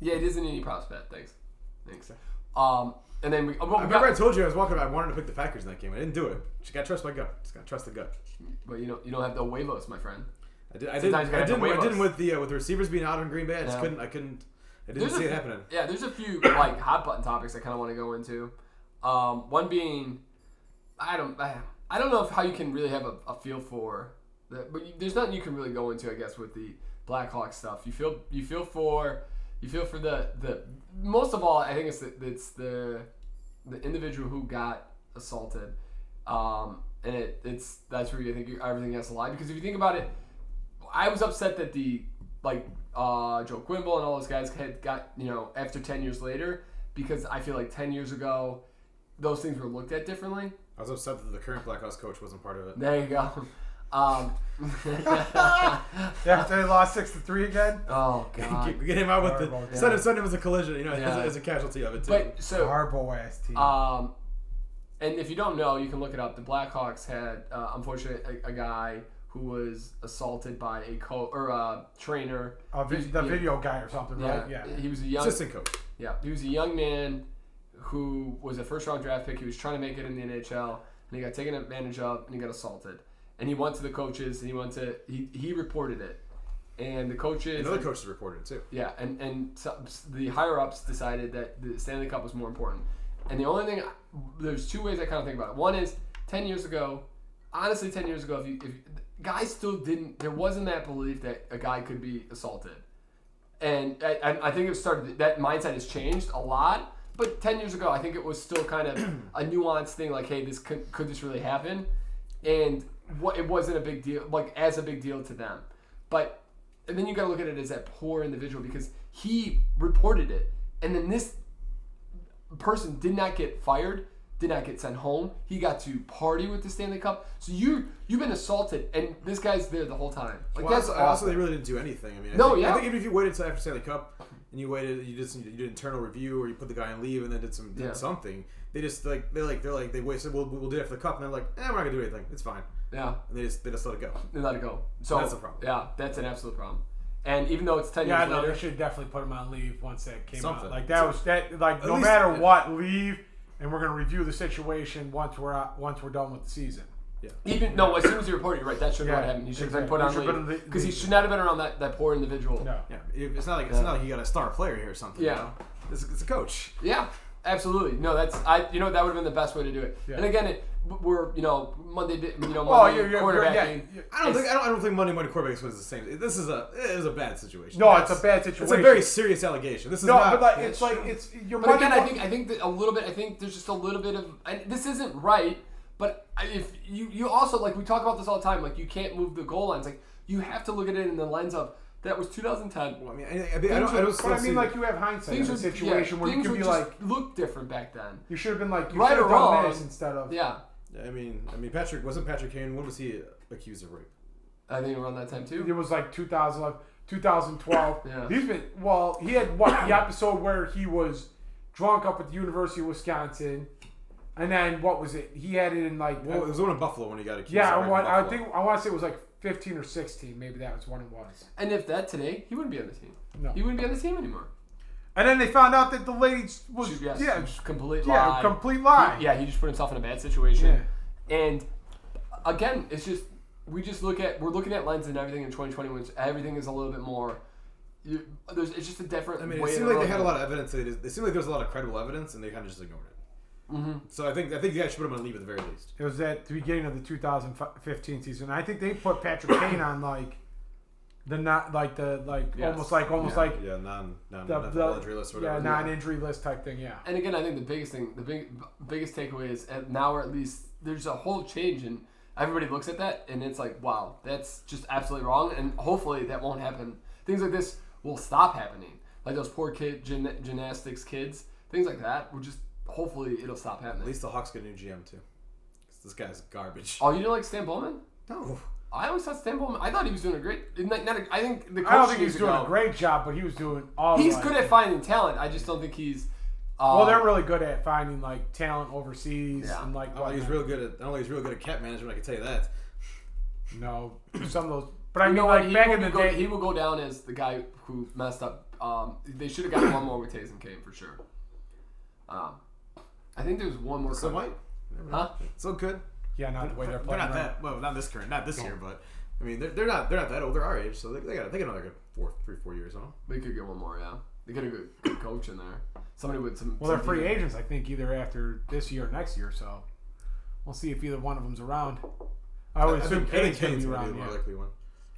A: yeah. It isn't any props, Pat. Thanks, thanks. Um, and then we. oh, well,
C: I
A: we
C: remember I
A: got,
C: told you I was walking. I wanted to pick the Packers in that game. I didn't do it. Just gotta trust my gut. Just gotta trust the gut.
A: but you know you don't have the huevos, my friend.
C: I did. I did.
A: Sometimes you gotta
C: I
A: have
C: didn't.
A: the
C: I
A: waivers.
C: didn't with the uh, with the receivers being out on Green Bay. I just
A: Yeah.
C: couldn't. I couldn't. I didn't
A: There's
C: see
A: a-
C: it happening.
A: Yeah, there's a few like hot button topics I kind of want to go into. Um, one being, I don't, I, I don't know if how you can really have a, a feel for, the, but you, there's nothing you can really go into, I guess, with the Blackhawks stuff. You feel, you feel for, you feel for the the most of all, I think it's the, it's the the individual who got assaulted, um, and it, it's that's where you think you- everything has to lie because if you think about it, I was upset that the like uh, Joe Quimble and all those guys had got you know after ten years later because I feel like ten years ago those things were looked at differently.
C: I was upset that the current Black Blackhawks coach wasn't part of it.
A: There you go. Um,
B: yeah, they lost six to three again.
A: oh god.
C: Get, get him out with
B: Horrible.
C: the send him, send him as a collision. You know, as,
A: Yeah.
C: a, as a casualty of it too.
A: But so
B: Horrible ass team.
A: Um, and if you don't know, you can look it up. The Blackhawks had, uh, unfortunately, a, a guy who was assaulted by a co or a trainer.
B: A Uh, vi-
A: He's-
B: the
A: yeah,
B: video guy or something,
A: yeah,
B: right? Yeah.
A: He was a young,
C: Assistant coach.
A: yeah, he was a young man who was a first round draft pick. He was trying to make it in the NHL, and he got taken advantage of, and he got assaulted. And he went to the coaches, and he went to he, he reported it, and the coaches
C: Another coach is reported too.
A: yeah, and and so, the higher ups decided that the Stanley Cup was more important. And the only thing, there's two ways I kind of think about it. One is ten years ago, honestly, ten years ago, if you if guys still didn't, there wasn't that belief that a guy could be assaulted. And I, I- I think it started that mindset has changed a lot. But ten years ago, I think it was still kind of a nuanced thing, like, hey, this could, could this really happen? And what it wasn't a big deal, like as a big deal to them. But and then you got to look at it as that poor individual because he reported it, and then this person did not get fired, did not get sent home. He got to party with the Stanley Cup. So you you've been assaulted, and this guy's there the whole time. Like
C: Well,
A: that's
C: also, also,
A: awful.
C: they really didn't do anything. I mean, I
A: No,
C: think,
A: yeah.
C: I think even if you waited till after Stanley Cup and you waited, you just you did an internal review or you put the guy on leave and then did some did
A: Yeah.
C: something. They just like they're like they're like they wait, said we'll, we'll do it after the cup and they're like, eh, we're not gonna do anything. It's fine.
A: yeah.
C: And they just they just let it go.
A: They let it go. So
C: That's a problem.
A: Yeah, that's an absolute problem. And even though it's ten
B: Yeah,
A: years
B: no,
A: later,
B: they should definitely put him on leave once that came
C: Something.
B: out. Like that was that. Like
C: At
B: no
C: least-
B: matter what, leave, and we're gonna review the situation once we're out, once we're done with the season.
A: even no, as soon as he reported, you're right. That should not
B: Yeah,
A: have happened. He should have been
B: exactly.
A: put
B: He
A: on
B: should have
A: leave
B: been-
A: because he should not have been around that, that poor individual.
B: No.
C: Yeah, it- it's not like it's not like you got a star player here or something.
A: Yeah.
C: you know? it's, it's a coach.
A: Yeah, absolutely. No, that's I. You know that would have been the best way to do it. And again, it, we're you know Monday. di- You know Monday
B: Well, you're, you're,
A: quarterbacking.
B: you're yeah, you're-
C: I don't
A: It's-
C: think I don't, I don't think Monday morning quarterbacks was the same. This is a it was a bad situation.
B: No,
C: That's-
B: it's a bad
C: It's
B: situation.
C: a very serious allegation. This is
B: no,
C: not.
B: but like
C: yeah,
B: it's like it's your
A: But
B: money.
A: again, I think I think that a little bit. I think there's just a little bit of and this isn't right. But I- if you you also like we talk about this all the time. Like you can't move the goal lines. Like you have to look at it in the lens of that was 2010.
C: I mean, I, I, I, mean, I don't. I don't still
B: but I
C: see
B: mean, like you have hindsight in a
A: would- yeah,
B: situation where you
A: things
B: can
A: would
B: be
A: just
B: like,
A: look different back then.
B: you should have been like, you
A: Right
B: should
A: or
B: have done
A: wrong.
B: this instead of.
A: Yeah,
C: I mean, I mean, Patrick wasn't Patrick Kane. When was he accused of rape?
A: I think around that time
B: It
A: too.
B: was like 2011, 2012.
A: Yeah.
B: He's been well. He had what the episode where he was drunk up at the University of Wisconsin, and then what was it? He had it in like
C: Well, it was the one in Buffalo when he got accused.
B: yeah.
C: of
B: I
C: rape
B: want.
C: in
B: I
C: Buffalo.
B: think I want to say it was like 15 or 16. Maybe that was when it was.
A: And if that today, he wouldn't be on the team.
B: No.
A: He wouldn't be on the team anymore.
B: And then they found out that the lady was
A: She- yes,
B: yeah
A: just complete
B: yeah
A: lie.
B: complete lie.
A: He- yeah, he just put himself in a bad situation. And again, it's just we just look at we're looking at lens and everything in 2020, which everything is a little bit more. You, there's it's just a different.
C: I mean,
A: way
C: it
A: to
C: seemed like they
A: look
C: had a
A: at
C: lot of evidence. They, just- it seemed like there was a lot of credible evidence, and they kind of just ignored it. Mm-hmm. So I think I think you guys should put him on leave at the very least.
B: It was at the beginning of the 2015 season. I think they put Patrick Kane on like the not like the like
A: Yes.
B: almost like almost
C: yeah,
B: like
C: yeah, non non
B: the,
C: nothing
B: the-
C: injury list or
B: yeah
C: whatever.
B: non-injury list type thing. Yeah,
A: And again, I think the biggest thing, the big biggest takeaway is at now or at least there's a whole change and everybody looks at that and it's like, wow, that's just absolutely wrong. And hopefully that won't happen. Things like this will stop happening. Like those poor kid gyn- gymnastics kids, things like that. We're just hopefully it'll stop
C: At
A: happening.
C: least the Hawks get a new GM too. 'Cause This guy's garbage.
A: Oh, you didn't like Stan Bowman?
C: No.
A: I always thought Stan Bowman. I thought he was doing a great. Not, not a, I think the coach
B: I don't think
A: needs
B: he's
A: to
B: doing
A: go.
B: a great job, but he was doing all.
A: He's
B: right.
A: good at finding talent. I just don't think he's. Uh,
B: Well, they're really good at finding like talent overseas
A: Yeah.
B: and like.
C: Oh, I don't think he's
B: whatnot.
C: real good at. I don't think he's real good at cap management. I can tell you that.
B: No, some of those. But I
A: You
B: mean,
A: know what?
B: like
A: He
B: back
A: will
B: in the
A: go, E
B: day,
A: he will go down as the guy who messed up. Um, they should have gotten one more with Taysom Kane for sure. Um, I think there's one more.
C: So
A: coming.
C: Mike,
A: huh?
C: so good.
B: yeah, not the way they're
C: They're
B: playing.
C: not
B: right?
C: that well, not this current, not this year, but I mean, they're, they're not they're not that old. They're our age, so they, they got they got another good four, three, four years on. 'em.
A: We could get one more. Yeah, they could have a good coach in there. Somebody with some.
B: Well, they're
A: some
B: free
A: people.
B: agents, I think, either after this year or next year. So we'll see if either one of them's around. I would
C: I
B: assume
C: think, I think
B: Kane's going to be around.
C: Kane's gonna be the more
B: Yeah. Oh.
C: likely one.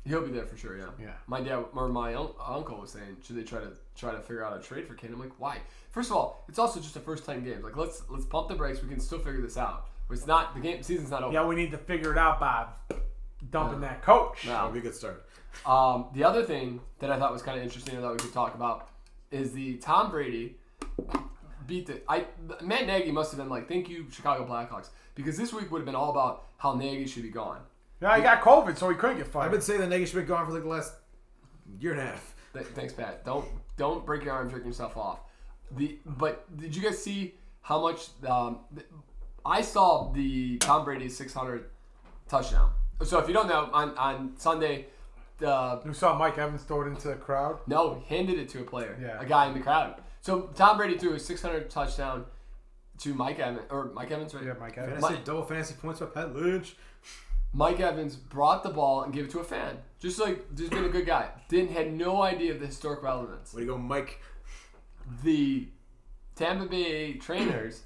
A: He'll be there for sure. Yeah.
B: Yeah.
A: My dad or my un- uncle was saying, should they try to try to figure out a trade for Kane? I'm like, why? First of all, it's also just a first time game. Like, let's let's pump the brakes. We can still figure this out. It's not the game season's not over.
B: Yeah, we need to figure it out by dumping that coach.
A: No.
C: That would be a good start.
A: Um, the other thing that I thought was kind of interesting that we could talk about is the Tom Brady beat the I Matt Nagy must have been like, thank you Chicago Blackhawks because this week would have been all about how Nagy should be gone.
B: Yeah, he got COVID, so he couldn't get
C: I've
B: fired.
C: been saying that Nagy should be gone for like the last year and a half.
A: Th- thanks, Pat. Don't don't break your arm, jerk yourself off. The but did you guys see how much? Um, th- I saw the Tom Brady 600 touchdown. So if you don't know, on on Sunday, uh,
B: we saw Mike Evans throw it into the crowd.
A: No, handed it to a player,
B: Yeah.
A: a guy in the crowd. So Tom Brady threw a 600 touchdown to Mike Evans or Mike Evans, right?
B: Yeah, Mike Evans.
C: Fantasy,
A: My-
C: double fantasy points by Pat Lynch.
A: Mike Evans brought the ball and gave it to a fan, just like just being a good guy. Didn't had no idea of the historic relevance.
C: Way to go, Mike.
A: The Tampa Bay trainers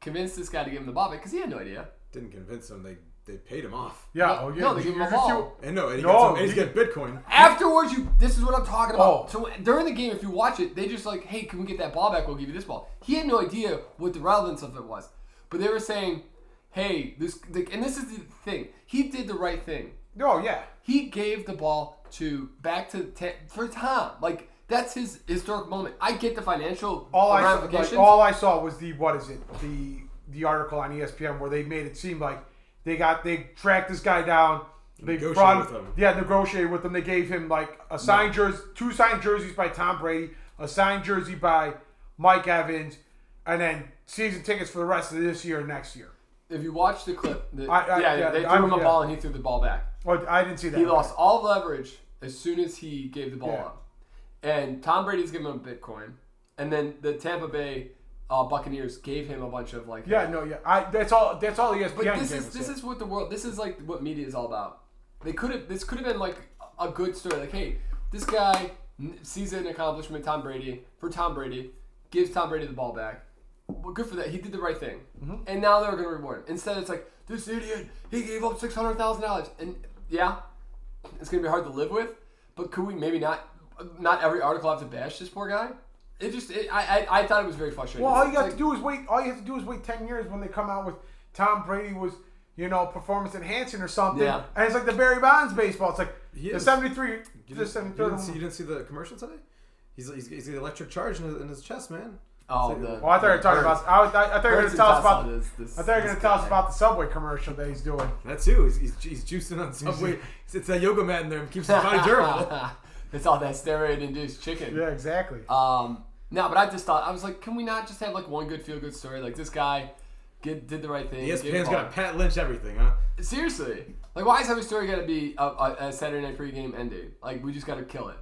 A: convinced this guy to give him the ball because he had no idea.
C: Didn't convince him. They they paid him off.
B: Yeah,
A: No,
B: oh yeah.
A: no, they gave him a
B: You're just-
A: ball.
B: you-
C: And no, and he
B: No,
C: gets some- and he's
B: he-
C: getting Bitcoin.
A: Afterwards, you. This is what I'm talking about.
B: Oh.
A: So during the game, if you watch it, they just like, hey, can we get that ball back? We'll give you this ball. He had no idea what the relevance of it was, but they were saying, hey, this. The, and this is the thing. He did the right thing.
B: No, oh, yeah.
A: He gave the ball to back to Ta- for Tom. Like that's his historic moment. I get the financial
B: All I saw,
A: ramifications.
B: like, all I saw was the what is it? The the article on E ESPN where they made it seem like they got they tracked this guy down. They
C: Negotiated
B: brought
C: with him.
B: Yeah, negotiated with him. They gave him like a signed jersey, two signed jerseys by Tom Brady, a signed jersey by Mike Evans, and then season tickets for the rest of this year and next year.
A: if you watch the clip, the,
B: I- I-
A: yeah,
B: yeah,
A: they threw
B: I'm-
A: him a
B: yeah.
A: ball and he threw the ball back.
B: Oh, I didn't see that.
A: He lost all leverage as soon as he gave the ball
B: Yeah.
A: up. And Tom Brady's giving him Bitcoin. And then the Tampa Bay uh, Buccaneers gave him a bunch of like.
B: Yeah, no, yeah. I that's all. That's all E ESPN.
A: But this
B: gave
A: is
B: us
A: this
B: it.
A: is what the world. This is like what media is all about. They could have. This could have been like a good story. Like, hey, this guy n- sees an accomplishment. Tom Brady for Tom Brady gives Tom Brady the ball back. Well, good for that. He did the right thing.
B: Mm-hmm.
A: And now they're going to reward him. Instead, it's like this idiot. He gave up six hundred thousand dollars. And yeah, it's going to be hard to live with. But could we maybe not? Not every article have to bash this poor guy. It just. It, I, I I thought it was very frustrating.
B: Well, all you
A: It's
B: have
A: like-
B: to do is wait. All you have to do is wait ten years when they come out with Tom Brady was, you know, performance enhancing or something.
A: Yeah.
B: And it's like the Barry Bonds baseball. It's like
C: He
B: the
C: is.
B: seventy three,
C: You
B: the
C: didn't, you
B: seventy
C: didn't see, you
B: three.
C: didn't see the commercial today? He's, he's, he's got the electric charge in his, in his chest, man.
A: Oh,
C: See,
A: the,
B: Well, I thought you were talking about. I, was- I, I thought you were going to tell us about.
A: This, this,
B: I thought you were going
A: this
B: to tell us
A: guy.
B: about the Subway commercial that he's doing.
C: That too. He's, he's, he's juicing on Subway. it's that yoga mat in there and keeps his body durable.
A: it's all that steroid induced chicken.
B: Yeah, exactly.
A: Um, no, but I just thought I was like, can we not just have like one good feel good story? Like this guy get, did the right thing. gave
C: ESPN's
A: the
C: got
A: ball.
C: Pat Lynch everything, huh?
A: seriously. Like, why is every story got to be a, a, a Saturday night pregame ending? Like, we just got to kill it.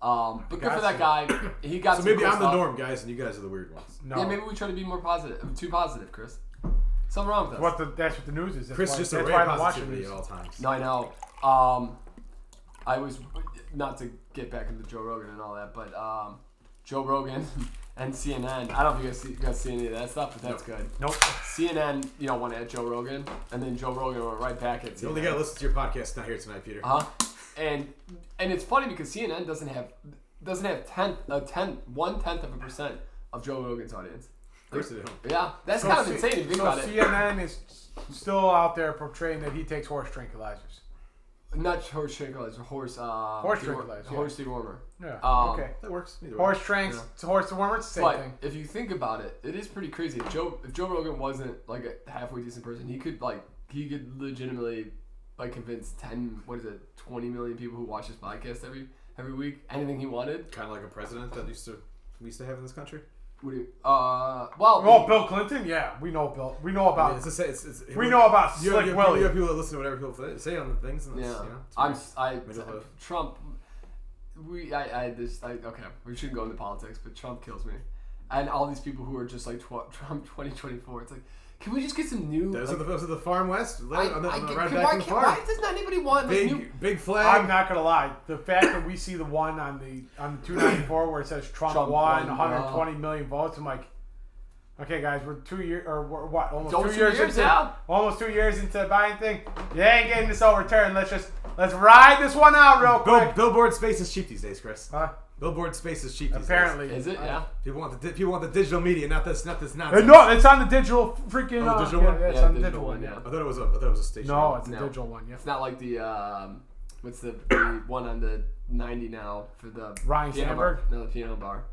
A: Um, but good for that guy. He got
C: So
A: some
C: maybe
A: cool
C: I'm the
A: stuff.
C: norm, guys, and you guys are the weird ones.
B: no.
A: Yeah, maybe we try to be more positive, too positive, Chris. Something wrong with us.
B: what the, that's what the news is. That's
C: Chris
B: why,
C: just a
B: that's
C: ray
B: why
C: of
B: I'm watching
C: positivity
B: these.
C: at all times.
A: No, I know. Um, I was not to get back into Joe Rogan and all that, but um, Joe Rogan and CNN. I don't know if you guys see, you guys see any of that stuff, but that's good.
B: Nope.
A: CNN, you know, went at Joe Rogan, and then Joe Rogan went right back at
C: You only
A: CNN. Uh-huh.
C: gotta listen to your podcast not here tonight, Peter.
A: Huh? and and it's funny because CNN doesn't have doesn't have tenth a tenth one tenth of a percent of Joe Rogan's audience.
C: Of course they don't.
A: Yeah, that's
B: So
A: kind of
B: C-
A: insane if you think
B: so
A: about it.
B: CNN is still out there portraying that he takes horse tranquilizers.
A: Not horse tranquilizer, horse uh,
B: Horse
A: dewar-
B: tranquilizer, yeah.
A: horse dewormer.
B: Yeah.
A: Um,
B: okay.
C: That works. Either way.
B: Horse tranks, horse warmers, same
A: But
B: thing.
A: if you think about it, it is pretty crazy. If Joe if Joe Rogan wasn't like a halfway decent person, he could like he could legitimately like convince ten what is it twenty million people who watch his podcast every every week anything he wanted.
C: Kind of like a president that used to we used to have in this country.
A: Would he, uh well
B: Oh, Bill Clinton? Yeah, we know Bill. We know
C: I mean,
B: about.
C: it's, a- it's, it's,
B: Uh, we know about
C: You
B: Slick
C: have, you, have,
B: Willie.
C: you have people that listen to whatever people say on the things. And
A: yeah,
C: that's, You know, it's
A: I'm
C: weird.
A: s- I
C: Middle of-
A: Trump. We I I this I okay we shouldn't go into politics, but Trump kills me, and all these people who are just like tw- Trump twenty twenty four. It's like can we just get some new?
C: Those
A: like,
C: are the those are the farm west.
A: I,
C: Right on the,
A: I
C: on the
A: get-
C: right
A: can-
C: back
A: why,
C: from the
A: can't-
C: farm.
A: why does not anybody want like, new?
C: Big big flag.
B: I'm not gonna lie. The fact that we see the one on the on the 294 where it says Trump,
A: Trump
B: won
A: won,
B: 120 million votes, I'm like, okay, guys, we're two years or we're, what? Almost
A: Don't
B: two
A: you
B: years,
A: hear it
B: into
A: now?
B: almost two years into the Biden thing. You ain't getting this overturned. Let's just let's ride this one out real
C: Bill,
B: quick.
C: billboard space is cheap these days, Chris.
B: Huh?
C: Billboard space is cheap these
B: Apparently,
A: Is it? Yeah.
C: days. People want the di- people want the digital media, not this, not this
B: Uh,
C: nonsense.
B: no, it's on the digital freaking.
C: the
B: uh,
C: digital
B: yeah,
C: one?
B: yeah, it's
A: Yeah,
B: on
A: digital
B: the digital
A: one,
B: one. Yeah.
A: yeah.
C: I thought it was a I thought it was a station.
B: No, it's the
A: No.
B: digital one. Yeah.
A: It's not like the um, what's the, the one on the ninety now for the
B: Ryan
A: piano bar.
B: Sandberg?
A: No, the piano bar.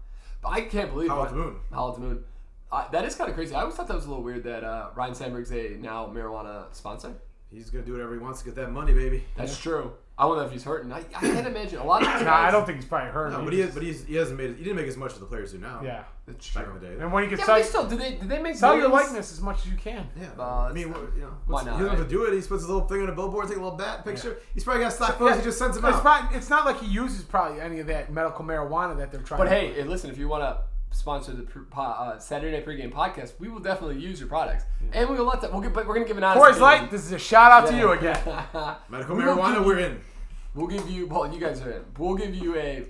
A: But I can't believe
C: Howl at
A: what-
C: the Moon.
A: Howl at the moon. I, that is kind of crazy. I always thought that was a little weird that uh, Ryan Sandberg's a now marijuana sponsor.
C: He's gonna do whatever he wants to get that money, baby.
A: That's true. I wonder if he's hurting. I, I can't imagine a lot of these
B: Nah, I
A: guys-
B: don't think he's probably heard.
C: No,
B: of
C: Uh, but
B: it.
C: he is, but he's, he hasn't made. He didn't make as much as the players do now.
B: yeah.
A: That's
C: Back
A: true.
C: in the day.
B: And when he
A: Yeah,
B: gets
A: but
B: yeah,
A: they still do they do they make
B: sell your
A: millions?
B: likeness as much as you can.
C: Yeah,
A: Uh,
C: I mean, what, you know,
A: why
C: why
A: not,
C: He doesn't have
A: right?
C: to do it. He puts his little thing on a billboard, take a little bat picture. He's probably got stock photos. He just sends them
B: it's
C: out.
B: Not, it's not like he uses probably any of that medical marijuana that they're trying.
A: But
B: to-
A: hey, eh, listen, if you want to sponsor the pre- po- uh, Saturday Night Pregame podcast, we will definitely use your products, and we will let that. We'll get, but we're gonna give an honest.
B: Coors Light,
A: opinion.
B: this is a shout out to you
A: Yeah.
B: again.
C: Medical
A: We don't
C: marijuana,
A: give
C: we're in.
A: We'll give you. Well, you guys are in. We'll give you a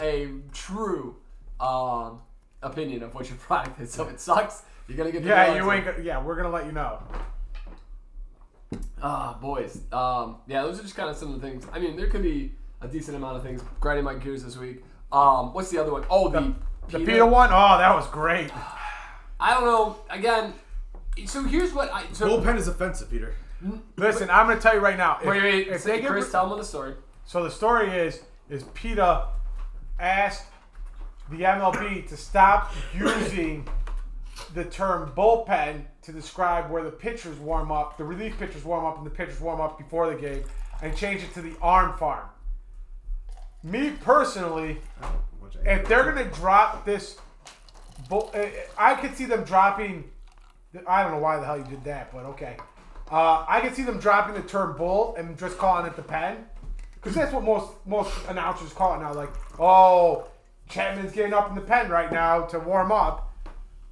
A: a true um, opinion of what your product is. So if it sucks, you're gonna get. The
B: Yeah,
A: reality.
B: you ain't. go- Yeah, we're gonna let you know.
A: Ah, boys. Um, yeah, those are just kind of some of the things. I mean, there could be a decent amount of things grinding my gears this week. Um, what's the other one? Oh, the,
B: The PETA one, oh, that was great.
A: I don't know. Again, so here's what I. So,
C: Bullpen is offensive, Peter.
B: Listen, I'm gonna tell you right now. If,
A: Wait, wait,
B: if
A: wait.
B: they
A: Say,
B: get-
A: Chris, tell them the story.
B: so the story is, is PETA asked the MLB to stop using the term bullpen to describe where the pitchers warm up, the relief pitchers warm up, and the pitchers warm up before the game, and change it to the arm farm. Me personally,
C: Which I-
B: if they're gonna drop this, bull, uh, I could see them dropping. I don't know why the hell you did that, but okay. Uh, I could see them dropping the term "bull" and just calling it the pen, because that's what most most announcers call it now. Like, oh, Chapman's getting up in the pen right now to warm up.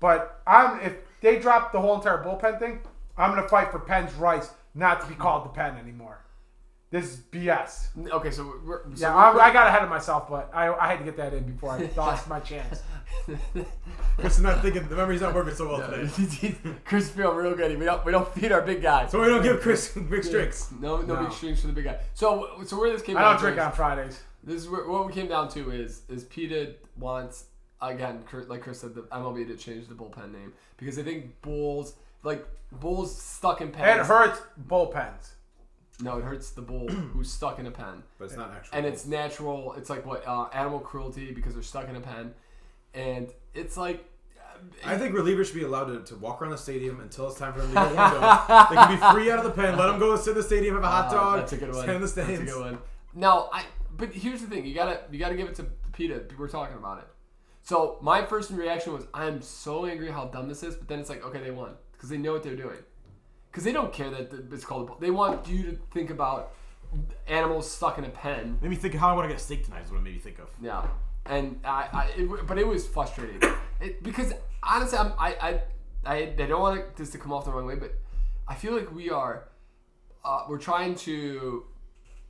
B: But I'm if they drop the whole entire bullpen thing, I'm gonna fight for Penn's rights not to be called the pen anymore. This is BS.
A: Okay, so we're- we're. So
B: Yeah,
A: we're-
B: I, I got ahead of myself, but I, I had to get that in before I lost my chance.
C: Chris is not thinking. The memory's not working so well today.
A: Chris feel real good. We don't we don't feed our big guy.
C: So we don't give Chris mixed drinks.
A: No, no,
B: No.
A: big strings for the big guy. So, so where this came
B: I
A: down
B: don't drink
A: to is,
B: on Fridays.
A: this is where, what we came down to is is PETA wants again, Chris, like Chris said, the MLB to change the bullpen name because they think bulls like bulls stuck in
B: It
A: pens.
B: hurts bullpens.
A: No, it hurts the bull who's stuck in a pen,
C: But it's not actual.
A: and it's natural. It's like what uh, animal cruelty because they're stuck in a pen, and it's like
C: I think relievers should be allowed to, to walk around the stadium until it's time for them to go window. they can be free out of the pen. Let them go sit in the stadium, have a hot
A: Uh,
C: dog.
A: That's a good one.
C: Stand in the
A: That's
C: stands.
A: a good one. Now, I but here's the thing: you gotta you gotta give it to Peta. We're talking about it. So my first reaction was, I'm so angry how dumb this is. But then it's like, okay, they won because they know what they're doing. Because they don't care that the- it's called. a bull- They want you to think about animals stuck in a pen.
C: Made me think of how I want to get a steak tonight is what it made me think of.
A: Yeah, and I, I it, w- but it was frustrating it, because honestly, I'm, I, I, I, I don't want it- this to come off the wrong way, but I feel like we are, uh, we're trying to,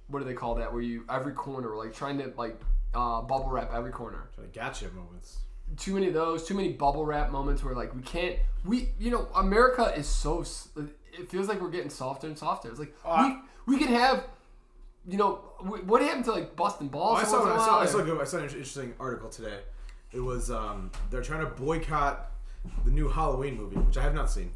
A: what do they call that? Where you every corner, we're like trying to like uh, bubble wrap every corner.
C: Try to gotcha moments.
A: Too many of those, too many bubble wrap moments where like we can't, we, you know, America is so, s- it feels like we're getting softer and softer. It's like
B: Uh,
A: we, we can have you know, wh- what happened to like busting balls?
C: I
A: once
C: saw,
A: in a
C: I saw, I
A: while?
C: saw, a good- I saw an interesting article today. It was um, they're trying to boycott the new Halloween movie, which I have not seen.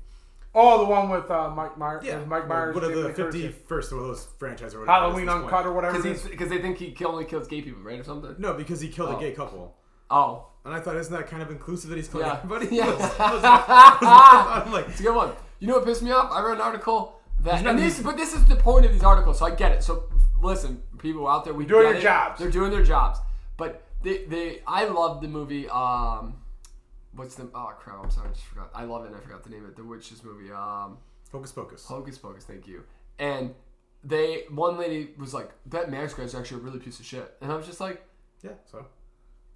B: Oh, the one with uh, Mike Myers. Yeah. Mike Myers.
C: What are the
B: Jamie Lee Curtis,
C: fifty first or those franchise or whatever? it is
B: Halloween
C: at this point.
B: Uncut or whatever.
A: Because
B: it
A: he's
B: is.
A: because they think he ki- only kills gay people, right, or something.
C: No, because he killed
A: Oh.
C: a gay couple.
A: Oh,
C: And I thought, isn't that kind of inclusive that he's killing
A: yeah,
C: everybody?
A: yeah.
C: That's- that's- I'm like,
A: It's a good one. You know what pissed me off? I read an article that,
C: not
A: and this, but this is the point of these articles, so I get it. So f- listen, people out there, we
B: Doing
A: get
B: your
A: it.
B: jobs.
A: They're doing their jobs, but they, they, I love the movie. Um, what's the? Oh crap! I'm sorry, I just forgot. I love it. and I forgot the name of it. The witches movie. Um,
C: Hocus Pocus.
A: Hocus Pocus. Thank you. And they, one lady was like, "That Max guy's actually a really piece of shit," and I was just like,
C: Yeah. So.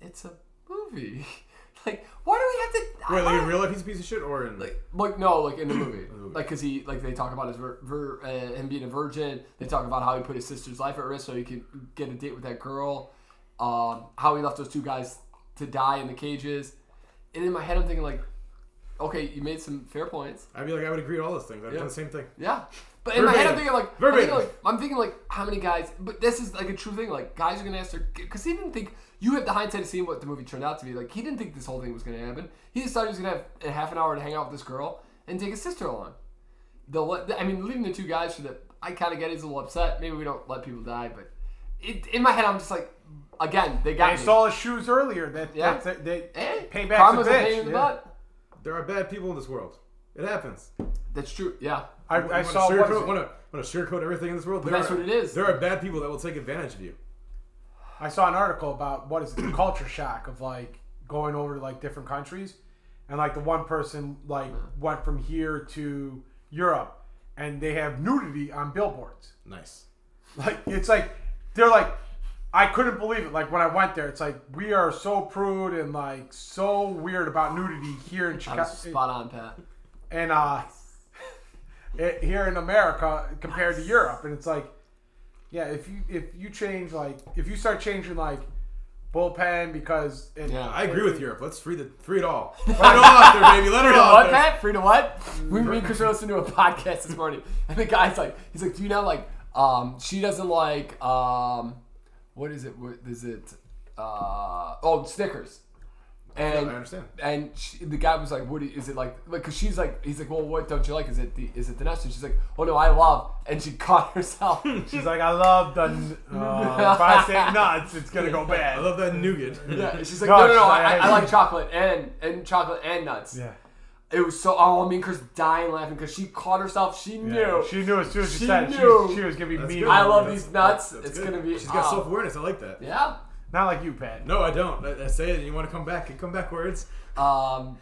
A: "It's a movie." like, why do we have to?
C: Wait,
A: why-
C: like in real life, he's a piece of shit, or in
A: like like no like in the movie
C: movie.
A: like because he like they talk about his vir- vir- uh, him being a virgin they talk about how he put his sister's life at risk so he could get a date with that girl um, how he left those two guys to die in the cages and in my head i'm thinking like okay you made some fair points
C: I'd be like, I would agree to all those things. I've
A: Yeah.
C: done the same thing.
A: yeah but in my head i'm thinking
C: Verbatim.
A: like I'm thinking
C: Verbatim.
A: like, I'm thinking like how many guys but this is like a true thing like guys are gonna ask their because he didn't think you have the hindsight of seeing what the movie turned out to be like he didn't think this whole thing was gonna happen he just thought he was gonna have a half an hour to hang out with this girl and take his sister along the le- I mean, leaving the two guys for the I kind of get he's a little upset. Maybe we don't let people die, but it, in my head, I'm just like, again, they got
B: They
A: me.
B: saw his shoes earlier. That
A: Yeah.
B: that's it. They,
A: Eh,
B: payback's
A: karma's
B: a bitch.
A: pain in the
B: yeah.
A: butt.
C: There are bad people in this world. It happens.
A: That's true. Yeah,
C: You
B: I, I
C: wanna
B: saw what is
C: sugarcoat,
B: it?
C: want to want to sugarcoat everything in this world. There
A: that's
C: are-
A: what it is.
C: There are bad people that will take advantage of you.
B: I saw an article about what is it, the culture shock of like going over to like different countries, and like the one person like went from here to Europe, and they have nudity on billboards.
C: Nice.
B: Like it's like they're like, I couldn't believe it. Like when I went there, it's like we are so prude and like so weird about nudity here in
A: I
B: Chicago.
A: was spot on, Pat.
B: and uh, it, here in America compared to Europe, and it's like, yeah, if you if you change like if you start changing like bullpen because it,
A: Yeah.
C: I agree with Europe. Let's free the free it all. Let it all out there, baby. Let it
A: Free to
C: all out
A: what,
C: there.
A: Pat? Free to what? We, me and Chris were listening to a podcast this morning, and the guy's like, he's like, do you know, like, um, she doesn't like, um, what is it? What is it? Uh, oh, Snickers. And
C: I understand.
A: And she, the guy was like, "What do you- is it like?" Like, cause she's like, he's like, "Well, what don't you like? Is it the is it the nuts?" And she's like, "Oh no, I love." And she caught herself.
B: she's like, I love the. n- Uh, if I say nuts, it's gonna go
C: I
B: bad.
C: love that nougat.
A: yeah, she's like,
B: Gosh,
A: "No, no, no,
B: I-
A: I, I,
B: I-
A: like chocolate and and chocolate and nuts."
B: Yeah,
A: It was so. Oh, I mean, Chris dying laughing because she caught herself. She knew.
B: she knew as soon as she,
A: She
B: said it, she
A: knew.
B: was, she was gonna be
C: That's
B: mean.
C: good.
A: I love
C: That's-
A: these nuts.
C: that's
A: it's
C: good.
A: gonna be.
C: She's got
A: oh.
C: self awareness. I like that.
A: Yeah.
B: Not like you, Pat.
C: No, I don't. I, I say it, and you want to come back and come backwards.
A: Um.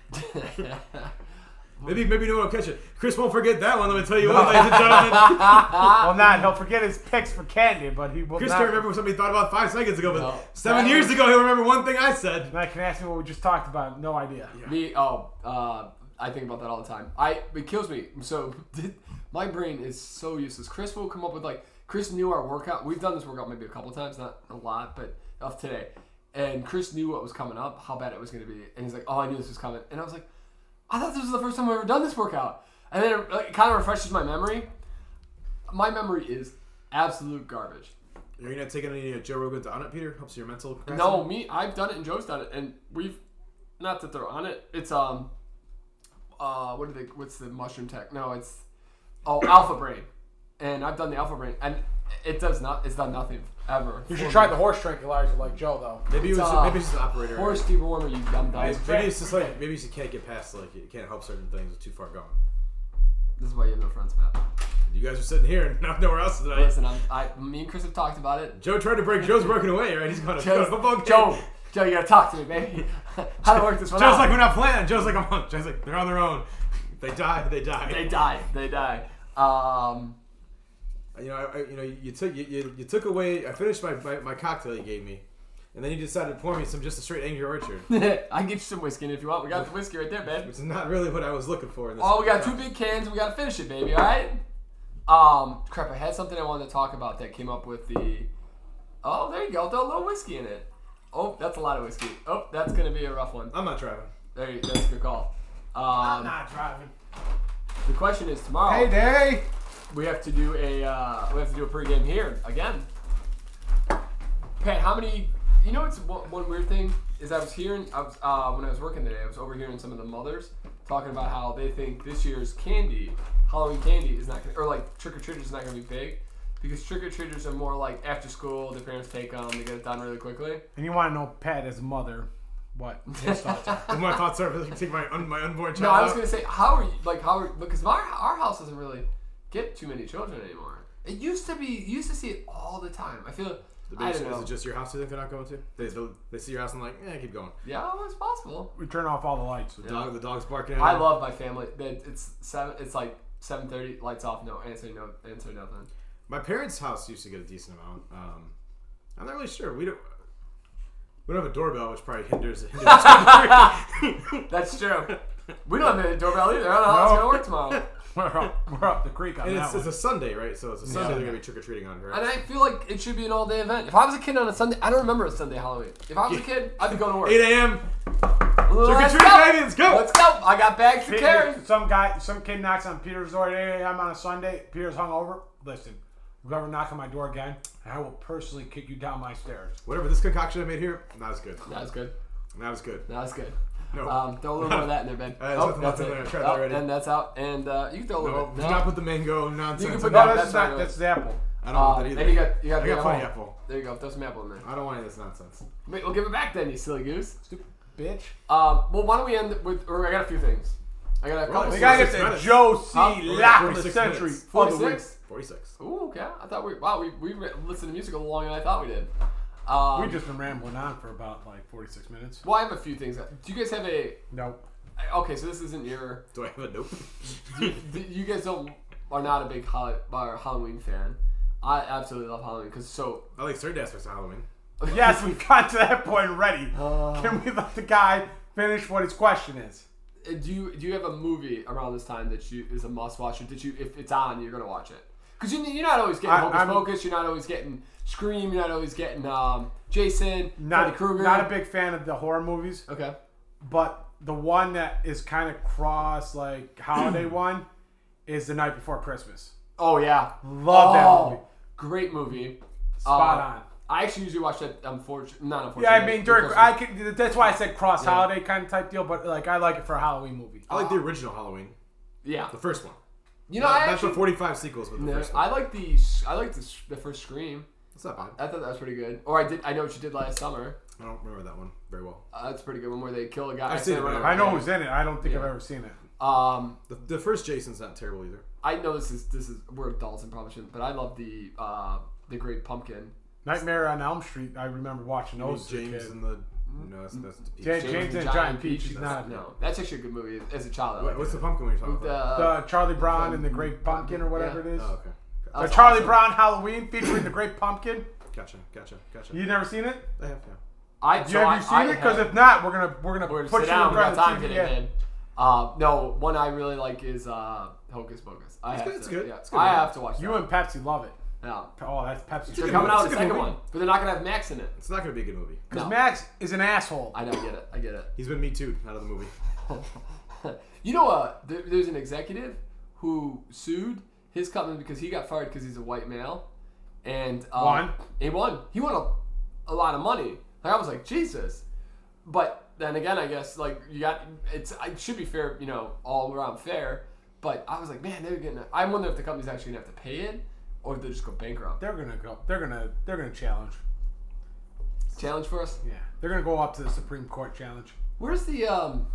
C: Maybe maybe no one will catch it. Chris won't forget that one. Let me tell you what, ladies and gentlemen.
B: Well, not. He'll forget his picks for candy, but he will
C: Chris
B: not.
C: can't remember what somebody thought about five seconds ago, but
A: No.
C: seven years ago he'll remember one thing I said.
B: Now can ask me what we just talked about. No idea.
A: me. Oh. Uh. I think about that all the time. I. It kills me. So my brain is so useless. Chris will come up with like. Chris knew our workout. We've done this workout maybe a couple times, not a lot, but of today. And Chris knew what was coming up, how bad it was going to be, and he's like, "Oh, I knew this was coming." And I was like, "I thought this was the first time I've ever done this workout." And then it, like, it kind of refreshes my memory. My memory is absolute garbage.
C: Are you not taking any of Joe Rogan's on it, Peter? Helps your mental. capacity?
A: No, me. I've done it, and Joe's done it, and we've not that they're on it. It's um, uh, what are they? What's the mushroom tech? No, it's oh Alpha Brain, and I've done the Alpha Brain, and it does not. It's done nothing ever.
B: You should try the horse tranquilizer like Joe though.
C: Maybe it
A: It's,
C: was just,
A: uh,
C: maybe it's just an operator.
A: Horse dewormer, you dumb dog.
C: Maybe,
A: This
C: maybe it's just like maybe you just can't get past like you can't help certain things. It's too far gone.
A: is why you have no friends, Pat.
C: You guys are sitting here and not nowhere else tonight.
A: Listen, I'm, I, me and Chris have talked about it.
C: Joe tried to break. Joe's broken away, right? He's going to
A: Joe's-
C: football game.
A: Joe, Joe, you gotta talk to me, baby. How to work this one
C: Joe's
A: out?
C: like we're not playing. Joe's like I'm on. Joe's like they're on their own. If They die. They die.
A: they die. They die. Um,
C: You know, I, I- you know, you took you, you, you took away. I finished my, my, my cocktail you gave me, and then you decided to pour me some just a straight Angry Orchard,
A: I can get you some whiskey in if you want. We got the whiskey right there, man.
C: which is not really what I was looking for. In this
A: Oh, we got two big cans. We gotta finish it, baby. All right. Um, crap. I had something I wanted to talk about that came up with the. Oh, there you go. Throw a little whiskey in it. Oh, that's a lot of whiskey. Oh, that's gonna be a rough one.
C: I'm not driving.
A: There, you, that's a good call. Um,
B: not driving.
A: the question is tomorrow
B: Hey, Dave.
A: we have to do a uh, we have to do a pregame here again. Pat, how many? You know, it's one, one weird thing is I was hearing I was, uh, when I was working today. I was overhearing some of the mothers talking about how they think this year's candy, Halloween candy, is not gonna, or like trick or treaters is not going to be big because trick or treaters are more like after school. Their parents take them, they get it done really quickly.
B: And you want to know Pat as mother, what his thoughts are.
C: And my thoughts are, I can take my, un, my unborn child
A: No, I was
C: out.
A: gonna say how are you like how are because my our house doesn't really get too many children anymore. It used to be you used to see it all the time. I feel
C: The
A: I
C: biggest,
A: don't
C: is
A: know.
C: it just your house you think they're not going to? They, they, they see your house and like, eh, keep going.
A: yeah, well, it's possible.
B: We turn off all the lights.
C: The,
A: Yeah.
C: dog, the dog's barking at
A: I
C: him.
A: love my family. That It's seven. It's like seven thirty. Lights off. No answer. No answer. Nothing.
C: My parents' house used to get a decent amount. Um, I'm not really sure. We don't. We don't have a doorbell, which probably hinders. hinders
A: That's true. We don't have a doorbell either. I don't know how it's gonna work tomorrow.
B: We're up, we're up the creek on
C: and
B: that
C: it's, it's
B: one.
C: a Sunday, right? So it's a Sunday they're gonna be trick or treating on,
A: And
C: right?
A: I feel like it should be an all day event. If I was a kid on a Sunday, I don't remember a Sunday Halloween. If I was a kid, I'd be going to work.
C: 8 a.m. Trick or
A: Let's
C: treat,
A: go.
C: baby, let's go.
A: Let's go. I got bags to carry.
B: Some guy, some kid knocks on Peter's door. Hey, I'm on a Sunday. Peter's hungover. Listen, whoever knock on my door again, I will personally kick you down my stairs.
C: Whatever this concoction I made here, not as good.
A: That was good.
C: Not as good.
A: That was good.
C: No.
A: Um, throw a little more of that in there, Ben.
C: All right, there's
A: oh,
C: nothing
A: that's
C: left in
A: it.
C: there. I tried that
A: Oh,
C: already.
A: And that's out. And uh, you can throw a little.
C: No,
A: bit.
C: do not put the mango nonsense.
A: You can
C: in
A: put
C: there.
A: that-
B: No, that's,
A: that's
B: not.
A: not
B: That's the apple.
C: I don't
A: Uh,
C: want that either.
A: and you got, you got,
C: I
A: the
C: got plenty
A: apple.
C: apple.
A: There you go. Throw some apple in there.
C: I don't want any of this nonsense.
A: Wait, we'll give it back then, you silly goose.
B: Stupid bitch.
A: Um, well, why don't we end with? Or I got a few things. I got a couple.
C: Really?
B: We
A: of
B: gotta
A: things.
B: get
C: six
B: the
C: minutes.
B: Joe C.
A: Huh?
B: Lock of the
C: 46
B: century
C: minutes.
B: for the week.
A: 46?
C: Forty-six.
A: Ooh, okay. I thought we. Wow, we we re- listened to music longer than I thought we did. Um,
B: We just been rambling on for about like 46 minutes.
A: Well, I have a few things. Do you guys have a?
B: Nope.
A: Okay, so this isn't your.
C: Do I have a nope?
A: you, you guys don't are not a big Hall- are a Halloween fan. I absolutely love Halloween because so
C: I like certain aspects of Halloween.
B: Yes, we got to that point already.
A: Uh.
B: Can we let the guy finish what his question is?
A: Uh, do you do you have a movie around this time that you is a must watch or that you if it's on you're gonna watch it because you, you're not always getting
B: I-
A: Hocus
B: I'm-
A: Pocus you're not always getting Scream you're not always getting um, Jason
B: Not,
A: Freddy Krueger
B: not a big fan of the horror movies,
A: okay
B: but the one that is kind of cross like holiday one is The Night Before Christmas.
A: oh yeah
B: Love
A: Oh,
B: that movie.
A: great movie
B: Spot
A: Uh,
B: on.
A: I actually usually watch that unfortunate not
B: Yeah,
A: unfortunately
B: I mean, during,
A: because-
B: I could, that's why I said cross holiday kind of type deal, but like I like it for a Halloween movie.
C: I like the original Halloween,
A: yeah
C: the first one.
A: Uh, you know
C: That-
A: I
C: that's
A: actually
C: the forty-five sequels with the
A: no,
C: first one.
A: I like the s- I like the, s- the first Scream
C: That's not bad.
A: I thought that was pretty good or I did I know what you did last summer
C: I don't remember that one very well.
A: uh, that's a pretty good one where they kill a guy
C: I've seen it, but
B: I know
A: Yeah.
B: who's in it. I don't think I've
A: Yeah.
B: ever seen it.
A: um
C: The, the first Jason's not terrible either.
A: I know this is this is we're adults and probably shouldn't, but I love the uh, the Great Pumpkin.
B: Nightmare on Elm Street. I remember watching
C: I mean,
B: those. as a
C: James
B: kid.
C: and the
A: Mm-hmm.
C: no, that's, that's the peach.
B: Jay- James and the Giant Peach is
A: that's-
B: not-
A: No, that's actually a good movie as a child. I
C: Wait,
A: liked
C: what's
A: it.
C: the pumpkin one you're talking
A: With uh, the,
C: about?
B: the Charlie Brown and the
A: um,
B: Great Pumpkin or whatever
A: yeah.
B: it is.
C: Oh, okay.
A: that
B: the
A: was
B: Charlie
A: awesome.
B: Brown Halloween featuring the Great Pumpkin.
C: Gotcha, gotcha, gotcha.
B: You never seen it?
C: I have, yeah.
A: I
B: You,
A: so I-
B: have you
A: I
B: seen it? Because
A: had-
B: if not, we're gonna we're gonna
A: we're gonna
B: put
A: sit
B: you in
A: down. We got
B: front
A: time
B: of
A: to
B: the
A: get
B: TV.
A: it in. Uh, no, one I really like is uh, Hocus Pocus. I have
C: good,
A: to,
C: it's good,
A: Yeah,
C: it's good.
A: I have to watch
B: You
A: that.
B: and Pepsi love it.
A: Yeah.
B: Oh, that's Pepsi.
A: They're
C: good
A: coming
C: movie.
A: out with
C: It's a
A: a
C: good
A: second
C: movie.
A: one, but they're not gonna have Max in it.
C: It's not gonna be a good movie.
B: Because
A: No.
B: Max is an asshole.
A: I know, I get it. I get it.
C: He's been me too out of the movie.
A: you know, uh, there, there's an executive who sued his company because he got fired because he's a white male, and um,
B: Won?
A: He won. He won a, a lot of money. Like I was like Jesus, but then again, I guess like you got it's it should be fair, you know, all around fair. But I was like, man, they're getting. I wonder if the company's actually gonna have to pay it, or if they'll just go bankrupt.
B: They're gonna go. They're gonna. They're gonna challenge.
A: Challenge for us.
B: Yeah. They're gonna go up to the Supreme Court challenge.
A: Where's the um?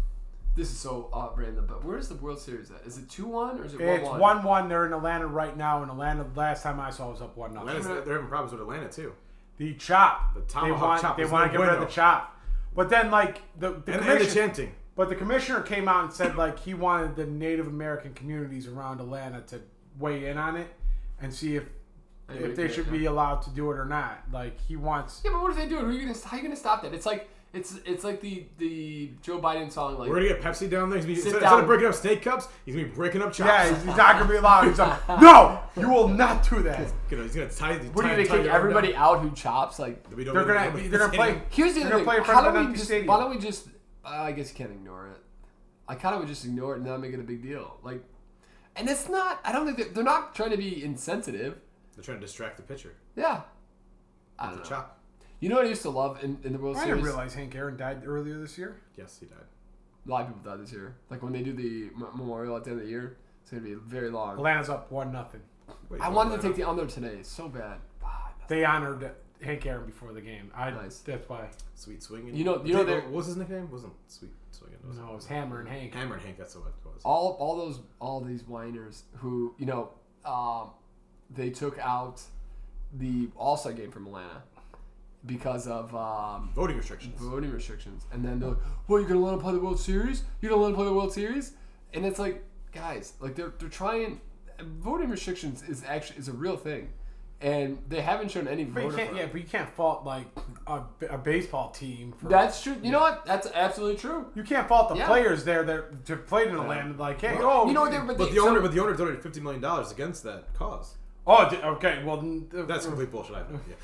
A: This is so uh, random, but where's the World Series at? Is it two one or is it one
B: It's one one. They're in Atlanta right now, and Atlanta last time I saw was up one nothing.
C: Atlanta's, they're having problems with Atlanta too.
B: The chop.
C: The
B: they
C: tomahawk
B: want,
C: chop
B: They
C: is
B: want to
C: no
B: get rid of
C: bueno.
B: the chop. But then, like the, the
C: And, and the
B: commission-
C: chanting.
B: but the commissioner came out and said like he wanted the Native American communities around Atlanta to weigh in on it and see if
A: Anybody
B: if they
A: can,
B: should
A: yeah.
B: be allowed to do it or not. Like he wants.
A: Yeah, but what if they do? it? Who are you gonna? How are you gonna stop that? It's like it's it's like the the Joe Biden song like
C: We're gonna get Pepsi down there. He's gonna be,
A: Sit
C: instead,
A: down.
C: instead of breaking up steak cups, he's gonna be breaking up chops.
B: Yeah, he's, he's not gonna be allowed. He's like, no, you will not do that.
C: gonna, he's gonna tie. Tie,
A: What are you
C: tie
A: gonna kick
C: your arm
A: everybody
C: down.
A: out who chops? Like
C: We don't
B: They're
C: really-
B: gonna
C: nobody-
B: they're gonna play.
A: here's the
B: They're
A: other thing.
B: gonna play in
A: How
B: front of
A: do
B: an
A: we
B: empty
A: just?
B: stadium.
A: Why don't we just? Uh, I guess you can't ignore it. I kind of would just ignore it and not make it a big deal. Like, and it's not. I don't think they're, they're not trying to be insensitive.
C: They're trying to distract the pitcher.
A: Yeah. I don't
C: The
A: know.
C: chop.
A: You know what I used to love in, in the World
B: I
A: Series?
B: didn't realize Hank Aaron died earlier this year.
C: Yes, he died.
A: A lot of people died this year. Like when they do the m- memorial at the end of the year, it's gonna be very long.
B: Atlanta's up one nothing.
C: Wait,
A: I
C: what
A: wanted to
C: was that?
A: take the under today so bad. Ah, I messed
B: They honored Hank Aaron before the game. I
A: Nice.
B: that's why.
C: sweet swinging.
A: You know- you know
C: Dave,
A: they're-
C: what was his nickname? Wasn't sweet swinging. Was
B: No, it was Hammer and Hank.
C: it? Hammer and Hank. That's what it was.
A: all all those all these whiners who you know um, they took out the All Star game from Atlanta because of um,
C: Voting restrictions.
A: voting restrictions, and then they're like, "Well, you're gonna let them play the World Series? You're gonna let them play the World Series?" And it's like, guys, like they're they're trying. Voting restrictions is actually is a real thing, and they haven't shown any.
B: But you
A: voter
B: can't.
A: fraud.
B: Yeah, but you can't fault like a, a baseball team for
A: That's true. You know what? That's absolutely true.
B: You can't fault the
A: Yeah.
B: players there that to played in Atlanta. Like, hey, oh,
A: you know what?
B: we-
A: they're-
C: But the
A: so-
C: owner, but the owner donated fifty million dollars against that cause.
B: oh, d- okay. Well, n-
C: That's
A: Mm.
B: uh,
C: complete bullshit. I have no idea.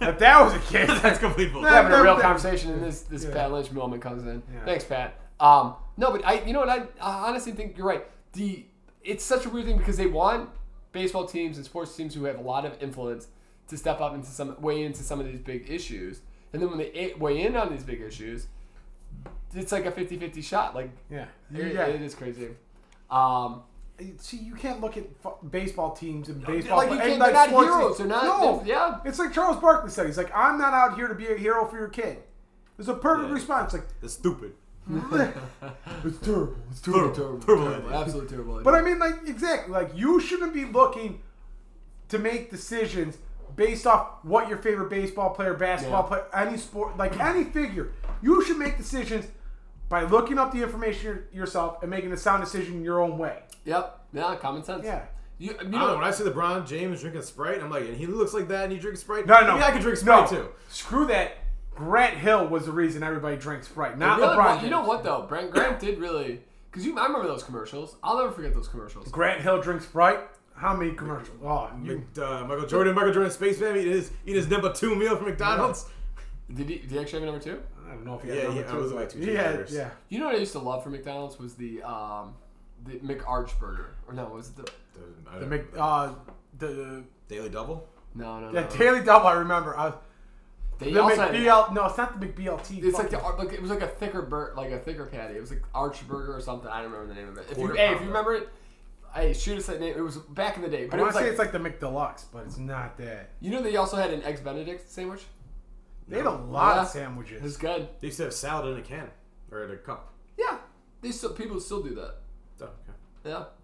B: if that was the case.
C: That's complete bullshit.
A: We're having a real
B: Yeah.
A: conversation, and this this
B: Yeah.
A: Pat Lynch moment comes in.
B: Yeah.
A: Thanks, Pat. Um, no, but I, you know what? I, I honestly think you're right. The it's such a weird thing because they want baseball teams and sports teams who have a lot of influence to step up into some weigh into some of these big issues, and then when they i- weigh in on these big issues, it's like a 50-50 shot. Like
B: yeah,
A: it-
B: yeah.
A: it is crazy. Um,
B: See, you can't look at fu- baseball teams and
A: like you
B: baseball.
A: can't,
B: and,
A: they're
B: like,
A: not
B: sports
A: heroes.
B: teams.
A: They're not.
B: No,
A: yeah.
B: it's like Charles Barkley said. He's like, I'm not out here to be a hero for your kid. It's a perfect
C: Yeah.
B: response. Like,
C: That's stupid.
B: it's terrible. It's terrible.
A: Terrible, terrible, terrible,
C: idea.
A: absolutely terrible.
B: But I mean, like, exactly. Like, you shouldn't be looking to make decisions based off what your favorite baseball player, basketball
A: Yeah.
B: player, any sport, like any figure. You should make decisions by looking up the information your- yourself and making a sound decision your own way.
A: yep, yeah, common sense.
B: Yeah.
A: you, you
C: I don't know.
A: know,
C: Uh, When I see LeBron James drinking Sprite, I'm like, and he looks like that, and he drinks Sprite.
B: No, no,
C: Maybe I can drink
B: no.
C: Sprite too.
B: Screw that. Grant Hill was the reason everybody drinks Sprite, not
A: Really,
B: LeBron.
A: well, You know what though, Brent Grant did really because you. I remember those commercials. I'll never forget those commercials.
B: Grant Hill drinks Sprite. How many commercials? Oh, you,
C: Mc- uh, Michael Jordan, Michael Jordan, Space Jam. Eat his, eat his number two meal from McDonald's.
A: Did he, did he actually have a number two?
B: I don't know if he
C: Yeah,
B: had number
C: yeah, I
B: two.
C: was way too
B: yeah,
C: generous.
B: yeah.
A: You know what I used to love from McDonald's was the um, the McArch burger or no was it the
C: The,
B: The Mc, uh, the
C: Daily Double.
A: no no no.
B: the
A: no.
B: Daily Double. I remember. I was,
A: they
B: The
A: also had-
B: McBL, no, it's not the McBLT.
A: it's like
B: fucking-
A: the ar- like, it was like a thicker bur- like a thicker patty. It was like Arch burger or something. I don't remember the name of it. If you,
C: Quarter
A: hey, if
C: pounder.
A: you remember it, hey, shoot us that name. It was back in the day,
B: I
A: but it was
B: want to say
A: like,
B: it's like the McDeluxe, but it's not that.
A: you know they also had an eggs Benedict sandwich.
B: They had a lot of
A: Yeah. It was
B: sandwiches.
A: good.
C: They used to have salad in a can or in a cup.
A: Yeah, they still people still do that.
C: Oh, okay.
A: Yeah.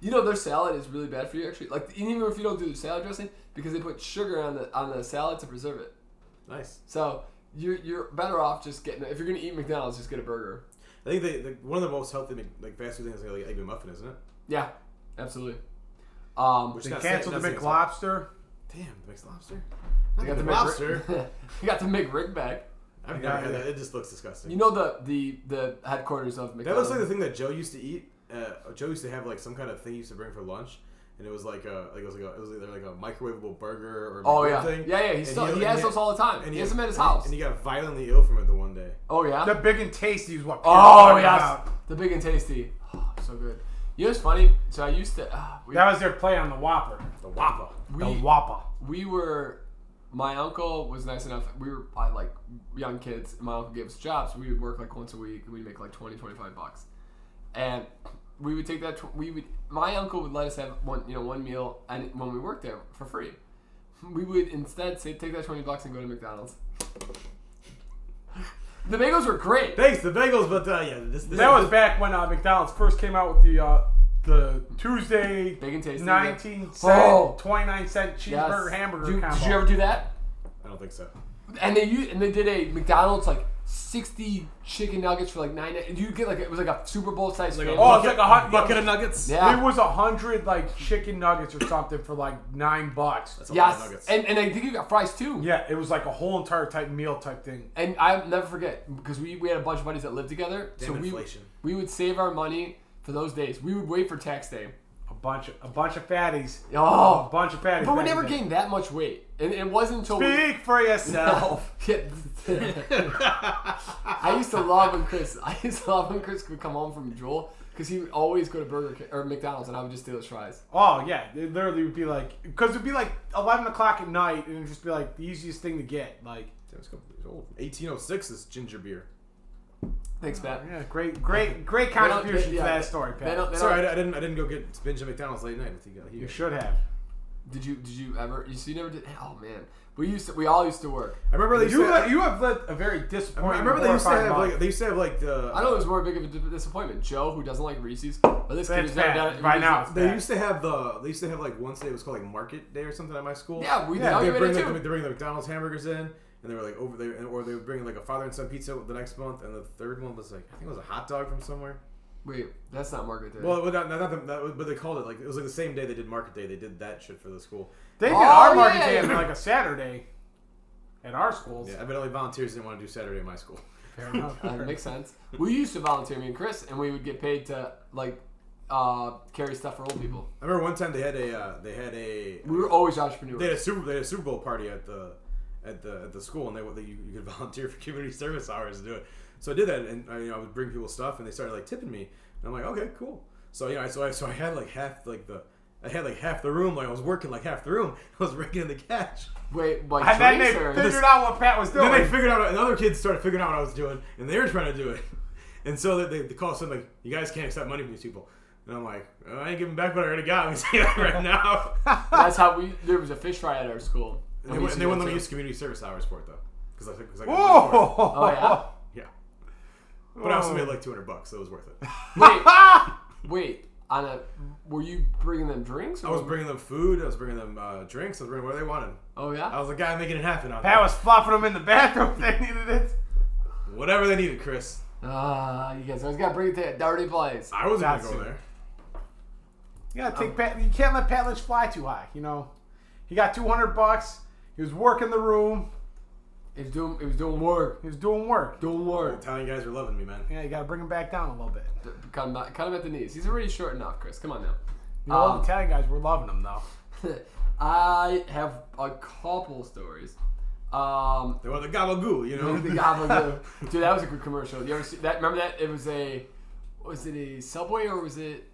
A: you know their salad is really bad for you actually. Like even if you don't do the salad dressing, because they put sugar on the on the salad to preserve it.
C: Nice.
A: So you're you're better off just getting if you're gonna eat McDonald's, just get a burger.
C: I think they, the, one of the most healthy Mc- like fast food things is like egg muffin, isn't it?
A: Yeah, absolutely. Um,
C: Which
B: They
C: got
B: canceled
C: sa-
B: the
C: not sa-
B: McLobster.
C: Damn, the mixed lobster.
A: they
C: Not
A: got
C: the
A: the
C: lobster.
A: McRib. they got the McRib back.
C: I've
B: Yeah,
C: never had
B: yeah.
C: that. It just looks disgusting.
A: You know the the the headquarters of
C: That looks
A: McDonald's.
C: like the thing that Joe used to eat. Uh, Joe used to have like some kind of thing he used to bring for lunch, and it was like a like it was like a, it was either like a microwavable burger or a
A: Oh
C: McRib
A: yeah,
C: thing.
A: yeah, yeah. He
C: And
A: still he
C: and
A: has those all the time. He has them at his
C: and he-
A: house.
C: and he got violently ill from it the one day.
A: Oh yeah.
B: The big and tasty is what. people
A: Oh
B: are talking
A: yes,
B: about.
A: the big and tasty. Oh, so good. You know what's funny? So I used to. Uh, we,
B: That was their play on the Whopper.
C: The Whopper.
B: the
A: we-
B: Whopper.
A: we were my uncle was nice enough we were probably like young kids and my uncle gave us jobs we would work like once a week and we'd make like 20 25 bucks and we would take that tw- we would my uncle would let us have one you know one meal and when we worked there for free we would instead say take that 20 bucks and go to mcdonald's the bagels were great
C: Thanks, the bagels, but uh, yeah, this, this
B: That was back when uh, McDonald's first came out with the uh, the Tuesday
A: Big and tasty, yeah.
B: 19 cent,
A: Oh.
B: 29 cent cheeseburger
A: Yes.
B: hamburger
A: Dude,
B: combo.
A: did you ever do that
C: I don't think so.
A: and they u- and they did a McDonald's like sixty chicken nuggets for like nine. And you get like it was like a Super Bowl size. family.
B: Oh, it's like a hot
C: bucket of nuggets.
A: yeah,
B: It was a hundred like chicken nuggets or something for like nine bucks.
C: That's a lot of
A: yes,
C: nuggets.
A: and and I think you got fries too.
B: Yeah, it was like a whole entire type meal type thing.
A: And I'll never forget because we, we had a bunch of buddies that lived together.
C: Damn
A: so we
C: inflation.
A: we would save our money for those days. We would wait for tax day.
B: A bunch of a bunch of fatties. A
A: Oh,
B: bunch of fatties.
A: but we
B: back
A: never
B: in the day.
A: gained that much weight, and it wasn't until we-
B: Speak for
A: No.
B: yourself.
A: I used to love when Chris. I used to love when Chris would come home from Joel because he would always go to Burger King or McDonald's, and I would just steal his fries.
B: Oh yeah, it literally would be like because it'd be like eleven o'clock at night, and it'd just be like the easiest thing to get. Like
C: Damn, this company's old. 1806 is ginger beer.
A: Thanks, Pat.
B: yeah, great, great, great
A: They don't-
B: contribution
A: they- yeah,
B: to that
A: they-
B: story,
A: they
B: Pat.
A: don't- they
C: Sorry,
A: don't-
C: I, I didn't. I didn't go get spinach at McDonald's late night. I think I
B: You
C: here.
B: should have.
A: Did you did you ever? You, so you never did. Oh man, we used to. We all used to work.
C: I remember they used
B: You
C: to.
B: have, you have led a very
C: I
B: disappointing.
C: remember they used to
B: horrifying
C: have
B: life.
C: like they used to have like the.
A: I know it was more big of a di- disappointment. Joe, who doesn't like Reese's, but this kid
B: That's
A: has never
B: bad.
A: done it.
B: By
A: Reese's-
B: now, it's
C: They
B: bad.
C: used to have the. They used to have like one day it was called like Market Day or something at my school.
A: yeah, we
B: Yeah,
A: yeah,
C: they
A: did Oh,
C: bring
A: it
C: like, they
A: too.
C: bring the McDonald's hamburgers in, and they were like over there, or they would bring like a father and son pizza the next month, and the third one was like I think it was a hot dog from somewhere.
A: Wait, that's not Margaret Day.
C: Well, not, not, not the, that, was- but they called it like it was like the same day they did Market Day. They did that shit for the school.
B: They did
A: Oh,
B: our market
A: yeah,
B: day
A: yeah.
B: on like a Saturday at our schools.
C: Yeah, I bet only volunteers didn't want to do Saturday at my school.
B: Fair enough.
A: Uh, makes sense. We used to volunteer, me and Chris, and we would get paid to like uh, carry stuff for old people.
C: I remember one time they had a uh, they had a
A: We were always
C: they had
A: entrepreneurs.
C: a Super they had a Super Bowl party at the at the at the school, and they, they you, you could volunteer for community service hours to do it. So I did that, and I, you know, I would bring people stuff, and they started like tipping me, and I'm like, okay, cool. So you know, I- so I so I had like half like the. I had like half the room, like I was working like half the room. I was raking in the cash.
A: Wait, like
B: And then they
A: drinks or-
B: figured out what Pat was
C: then
B: doing.
C: they figured out, and other kids started figuring out what I was doing, and they were trying to do it. And so they, they, they called something like, you guys can't accept money from these people. And I'm like, "Well, I ain't giving back what I already got. I'm saying that right now.
A: That's how we. There was a fish fry at our school.
C: And they,
A: We
C: wouldn't-
A: used to
C: they
A: go
C: wouldn't let
A: to-
C: me use community service hours for it though, because I, because I got money for it.
B: Whoa!
A: Oh yeah.
C: yeah, but I also made like 200 bucks, so it was worth it.
A: Wait, wait. On a, were you bringing them drinks? Or
C: I was bringing them food, I was bringing them uh, drinks, I was bringing whatever they wanted.
A: Oh
C: I
A: yeah.
C: was the guy making it happen on
B: Pat was flopping them in the bathroom. if They needed it.
C: whatever they needed, Chris.
A: Ah, you guys always got to bring it to that dirty place.
C: I wasn't
B: Got
C: gonna go
B: to.
C: there.
B: You gotta
A: Um,
B: take Pat. You can't let Pat Lynch fly too high. You know, he got two hundred bucks. He was working the room.
A: It was doing. It was doing work.
B: He was doing work.
A: Doing work.
C: Italian guys were loving me, man.
B: Yeah, you gotta bring him back down a little bit.
A: Cut him, out- cut him at the knees. He's already short enough, Chris. Come on now.
B: You know, all
A: Um,
B: the Italian guys were loving him though.
A: I have a couple stories. Um,
C: They were the gabagool, you know.
A: the gobbler, dude, that was a good commercial. You ever see that? Remember that? It was a, was it a Subway or was it?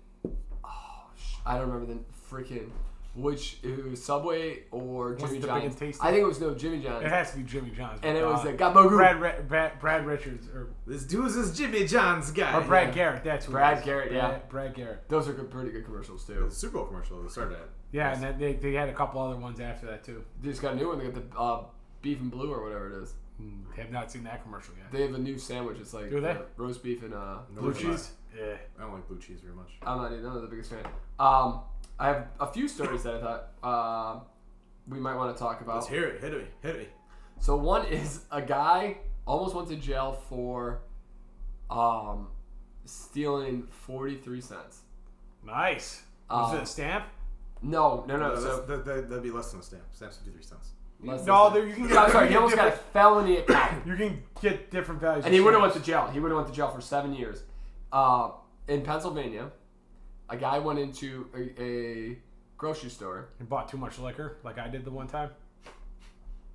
A: Oh, sh- I don't remember the freaking. Which it was Subway or
B: Was
A: Jimmy
B: it the big
A: John's?
B: and tasty?
A: I think it was no Jimmy John's.
B: It has to be Jimmy John's.
A: and it
B: but,
A: was
B: uh,
A: a Gabagool.
B: Brad, Re- Brad Brad Richards or,
C: This dude's this Jimmy John's guy.
B: or Brad
C: Yeah.
B: Garrett. That's who it
A: Brad
B: was.
A: Garrett,
B: Brad,
A: yeah.
B: Brad Garrett.
A: Those are good, pretty good commercials too.
C: The Super Bowl commercial that started at.
B: Yeah, and then they, they had a couple other ones after that too.
A: They just got a new one. They got the uh, beef and blue or whatever it is.
B: Mm, have not seen that commercial yet.
A: They have a new sandwich. It's like
B: Do they?
A: uh, roast beef and uh,
C: No,
A: blue
C: they're
A: cheese.
B: Yeah.
C: I don't like blue cheese very much.
A: I'm not even I'm not the biggest fan. Um, I have a few stories that I thought um we might want to talk
C: Let's
A: about.
C: hear it. Hit me. Hit me.
A: So one is a guy almost went to jail for um, stealing 43 cents.
B: Nice. Was
A: Uh,
B: it a stamp?
A: No, no, no.
C: That's-
A: So
C: that, that, that'd be less than a stamp. Stamp's 53 cents.
A: less than
B: No,
A: that.
B: there- you can
A: So I'm sorry.
B: you
A: He
B: can
A: almost got a
B: different-
A: felony account,
B: You can get different values.
A: and he would have went to jail. He would have went to jail for seven years. Uh, in Pennsylvania, a guy went into a, a grocery store.
B: and bought too much liquor, like I did the one time.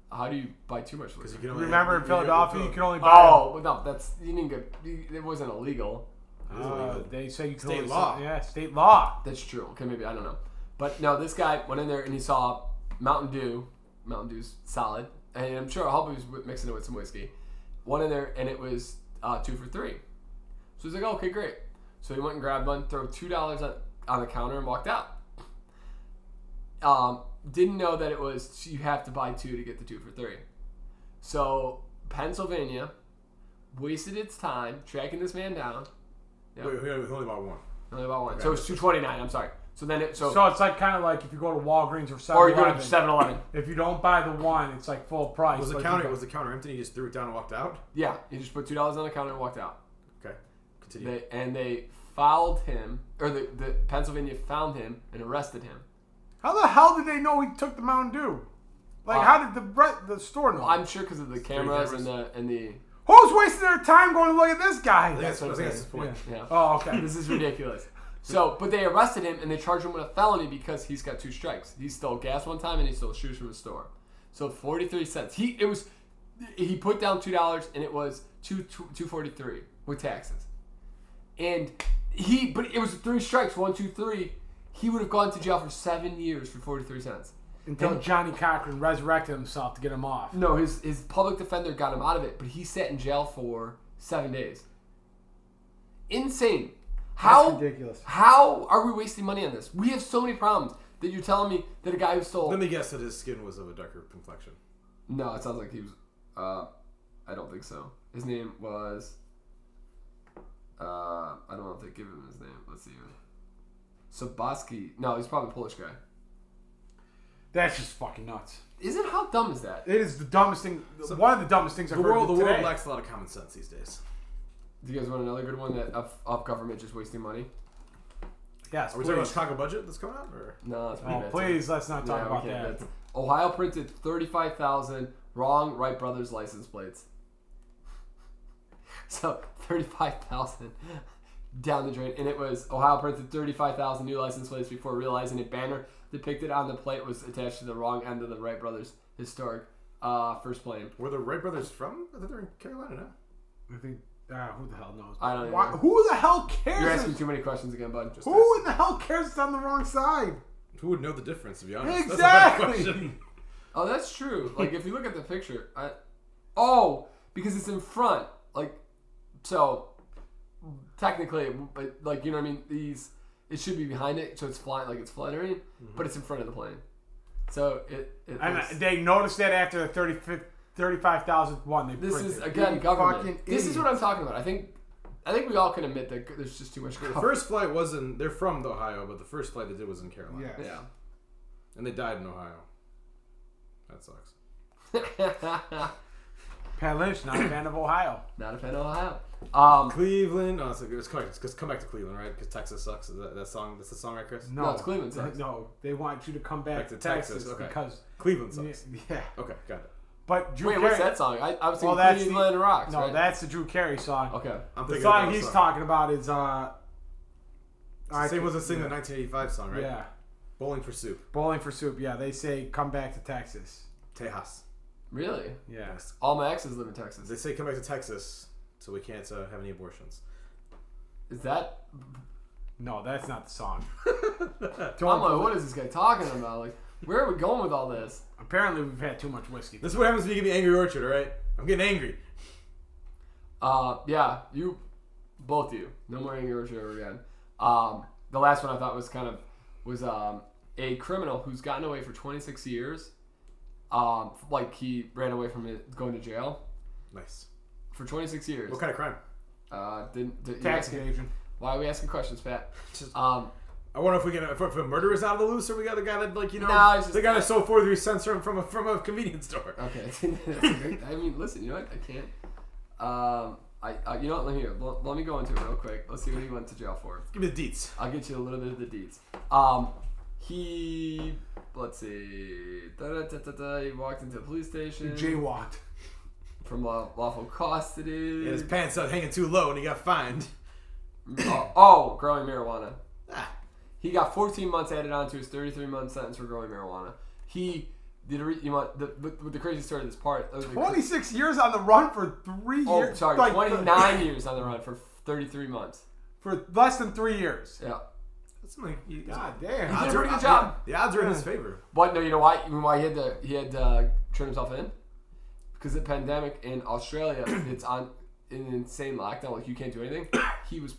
A: How do you buy too much liquor?
C: Because you can only
B: Remember
C: you-
B: in
C: you- you-
B: Philadelphia, you can only buy.
A: Oh, well, no, that's you didn't get. It wasn't illegal.
C: It is illegal.
B: Uh, they say you can
C: State
B: only
C: law.
B: sell- yeah, state law.
A: That's true. Okay, maybe I don't know. But no, this guy went in there and he saw Mountain Dew. Mountain Dew's solid, and I'm sure I hope he was wi- mixing it with some whiskey. Went in there and it was uh, two for three. So he's like, "Oh, okay, great. So he went and grabbed one, threw two dollars on, on the counter, and walked out. Um, didn't know that it was you have to buy two to get the two for three. So Pennsylvania wasted its time tracking this man down.
C: Wait, we only- we only bought one.
A: Only about one. So it was two twenty nine. I'm sorry. So then it so,
B: So it's like kind of like if you go to Walgreens or
A: or you
B: 7-Eleven.
A: go to Seven Eleven.
B: If you don't buy the one, it's like full price.
C: Was the
B: but if you
C: counter
B: go-
C: was the counter empty? and You just threw it down and walked out.
A: Yeah, he just put two dollars on the counter and walked out.
C: Okay, continue.
A: They, and they fouled him, or the, the Pennsylvania found him and arrested him.
B: How the hell did they know he took the Mountain Dew? Like,
A: Uh,
B: how did the bre- the store know?
A: I'm sure because of the cameras and the and the.
B: Who's wasting their time going to look at this guy?
C: That's,
A: what
C: I
A: I'm
C: think that's his
B: yeah.
C: point.
A: Yeah.
B: Oh, okay.
A: This is ridiculous. So, but they arrested him and they charged him with a felony because he's got two strikes. He stole gas one time and he stole shoes from a store. So forty three cents. He it was, he put down two dollars and it was two two forty three with taxes, and He, but it was three strikes, one, two, three. He would have gone to jail for seven years for forty-three cents.
B: until Johnny Cochran resurrected himself to get him off.
A: No, his his public defender got him out of it, but he sat in jail for seven days. Insane. How
B: ridiculous.
A: How are we wasting money on this? We have so many problems that you're telling me that a guy who stole
C: Let me guess that his skin was of a darker complexion.
A: No, it sounds like he was. Uh, I don't think so. His name was. Uh, I don't know if they give him his name. Let's see. Soboski. No, he's probably a Polish guy.
B: That's just fucking nuts.
A: Isn't how dumb is that?
B: It is the dumbest thing. one of the dumbest things I've
C: The
B: heard
C: world, the
B: today.
C: world lacks a lot of common sense these days.
A: Do you guys want another good one that up, up government just wasting money?
B: Yes,
C: Are we talking about
B: please.
C: Chicago budget that's coming out? Or?
A: No, that's pretty
B: Oh,
A: bad. too.
B: please let's not talk
A: Yeah, we
B: about
A: can't.
B: that.
A: That's- Ohio printed 35,000 wrong Wright Brothers license plates. So 35,000 down the drain. And it was Ohio printed 35,000 new license plates before realizing a banner depicted on the plate was attached to the wrong end of the Wright Brothers historic uh, first plane.
C: Were the Wright brothers from? I thought they're in Carolina now.
B: I think uh, who the hell knows?
A: I don't
B: Why,
A: know.
B: who the hell
A: You're
B: cares?
A: asking
B: if-
A: too many questions again, bud. Just
B: Who in the hell cares? It's on the wrong side.
C: Who would know the difference, to be honest? That's a better
B: Exactly.
C: question.
A: Oh, that's true. Like if you look at the picture, I, oh, because it's in front. Like so, technically, but like you know what I mean. These it should be behind it, so it's flying like it's fluttering,
B: Mm-hmm.
A: but it's in front of the plane. So it. it
B: And uh,
A: looks-
B: they noticed that after the 35th 35,000th one they
A: this
B: printed.
A: is again
B: You
A: government.
B: fucking
A: This is
B: idiot.
A: what I'm talking about. I think, I think we all can admit that there's just too much.
C: The first flight was in. They're from Ohio, but the first flight they did was in Carolina,
B: Yes.
A: Yeah.
C: and they died in Ohio. That sucks.
B: Pat Lynch, not a fan of Ohio.
A: Not a fan of Ohio. Um,
C: Cleveland. Oh, it's, it's, come, it's, come back to Cleveland, right? Because Texas sucks. Is that, that song. That's the song, right, Chris?
B: No,
A: it's Cleveland
B: They-
A: sucks.
B: No, they want you to come back,
C: Back
B: to
C: to
B: Texas,
C: Texas, okay.
B: because
C: Cleveland sucks.
B: yeah.
C: Okay, got it.
B: But Drew
A: wait,
B: Carey.
A: what's that song? I, I was
B: Well,
A: thinking
B: that's the,
A: Cleveland Rocks.
B: no,
A: right?
B: that's the Drew Carey song.
A: okay.
C: I'm
B: The
C: thinking
B: song
C: of
B: he's
C: song.
B: talking about is uh, I
C: It's the same
B: could-
C: was the sing
B: yeah.
C: the 1985 song, right?
B: Yeah,
C: Bowling for Soup.
B: Bowling for Soup. Yeah, they say come back to Texas.
C: Tejas.
A: Really?
B: Yeah.
A: All my exes live in Texas.
C: They say come back to Texas, so we can't uh, have any abortions.
A: Is that?
B: No, that's not the song.
A: I'm like, what is this guy talking about? Like, where are we going with all this?
B: Apparently, we've had too much whiskey.
C: This is what happens when you give me Angry Orchard, all right? I'm getting angry.
A: Uh, yeah, you, both of you, no more Angry Orchard ever again. Um, the last one I thought was kind of was um a criminal who's gotten away for 26 years. Um, like he ran away from it, going to jail
C: Nice.
A: for 26 years.
C: What kind of crime?
A: Uh, didn't, did you
B: Tax
A: asking,
B: evasion.
A: why are we asking questions, Pat?
C: Just-
A: Um,
C: I wonder if we can if, if a murderer's out of the loose, or we got a guy that like you know
A: No, it's just-
C: the guy that sold 43 cents from from a, from a convenience store.
B: Oh.
A: Okay. That's a great- I mean, listen, you know what? I can't. Um, I, I you know what? Let me hear. it. Let, let me go into it real quick. Let's see what he went to jail for.
C: Give me the deets.
A: I'll get you a little bit of the deeds. Um, he let's see. Da, da, da, da, da, he walked into a police station
B: Jaywalked.
A: from law, lawful custody.
C: And his pants out hanging too low, and he got fined.
A: oh, oh, growing marijuana.
C: Ah.
A: He got 14 months added on to his 33 month sentence for growing marijuana. He did. A re- you want the, the, the crazy story of this part? uh, the-
B: 26 years on the run for three
A: Oh,
B: years.
A: sorry,
B: like,
A: 29 years on the run for 33 months.
B: For less than three years.
A: Yeah.
C: That's like you,
B: God
A: He
B: damn.
A: did a pretty good
C: the-
A: job.
C: The odds are in his favor.
A: But no, you know why? You know why he had to he had to uh, turn himself in? Because the pandemic in Australia, it's on an insane lockdown. Like you can't do anything. He was,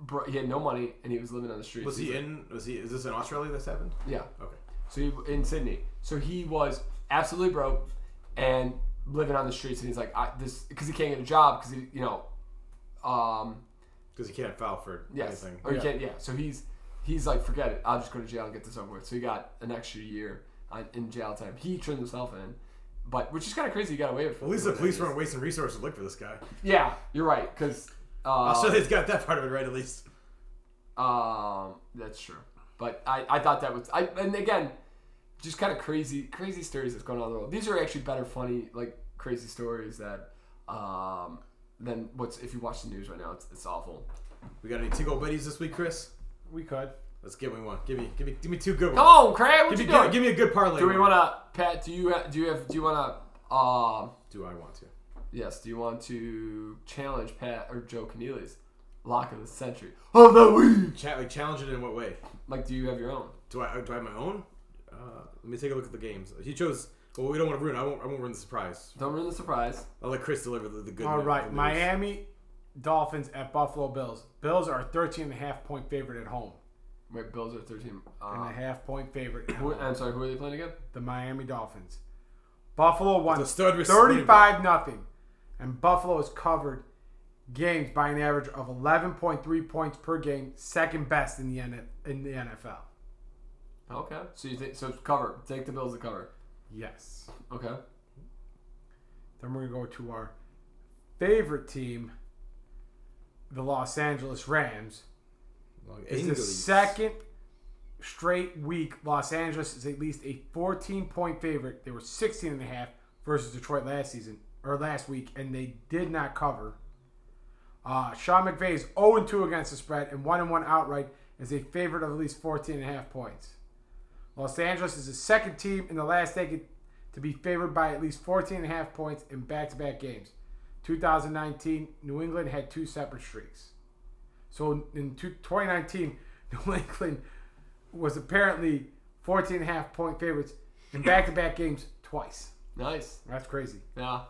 A: bro- he had no money and he was living on the streets.
C: Was he
A: He's like-
C: in? Was he? Is this in Australia? This happened?
A: Yeah.
C: Okay.
A: So he, in Sydney, so he was absolutely broke and living on the streets. And he's like, I, this because he can't get a job because he, you know, um,
C: Because he can't foul for
A: Yes.
C: anything.
A: Or you
B: Yeah.
A: can't. Yeah. So he's he's like, forget it. I'll just go to jail and get this over with. So he got an extra year on, in jail time. He turned himself in, but which is kind of crazy. He got away with.
C: At least the police weren't wasting resources to look for this guy.
A: Yeah, you're right. Because uh,
C: Australia's got that part of it right, at least.
A: um, that's true. But I, I thought that was I and again, just kind of crazy crazy stories that's going on in the world. These are actually better funny like crazy stories that um than what's if you watch the news right now it's, it's awful.
C: We got any two gold buddies this week, Chris?
B: We could.
C: Let's give me one. Give me, give me, give me two good ones.
A: Come on, Craig, what
C: give,
A: you
C: me,
A: doing?
C: give, give me a good parlay.
A: do we
C: one.
A: want to Pat? Do you ha- do you have do you want to um
C: Do I want to?
A: Yes. Do you want to challenge Pat or Joe Keneally's Lock of the century. Of the week.
C: Chat like challenge it in what way?
A: Like, do you have your own?
C: Do I do I have my own? Uh, let me take a look at the games. He chose. Well, we don't want to ruin. I won't. I won't ruin the surprise.
A: Don't ruin the surprise.
C: I'll let Chris deliver the, the good.
B: All
C: news-
B: right,
C: the news.
B: Miami Dolphins at Buffalo Bills. Bills are a 13 and a half point favorite at home.
A: My Bills are 13.
B: And a
A: Uh,
B: half point favorite at
A: who,
B: home.
A: I'm sorry, who are they playing again?
B: the Miami Dolphins. Buffalo won
C: The stud receiver.
B: 35 nothing, and Buffalo is covered games by an average of 11.3 points per game, second best in the N- in the NFL.
A: Okay. So you think, so it's cover. Take the Bills to cover.
B: Yes.
A: Okay.
B: Then we're gonna go to our favorite team, the Los Angeles Rams.
C: Long
B: It's the
C: Angeles.
B: second straight week Los Angeles is at least a 14 point favorite. They were 16 and a half versus Detroit last season or last week, and they did not cover. Uh, Sean McVay is 0 2 against the spread and 1 1 outright as a favorite of at least 14 and a half points. Los Angeles is the second team in the last decade to be favored by at least 14 and a half points in back to back games. 2019, New England had two separate streaks. So in two- 2019, New England was apparently 14 and a half point favorites in back to back games twice.
A: Nice.
B: That's crazy.
A: Yeah.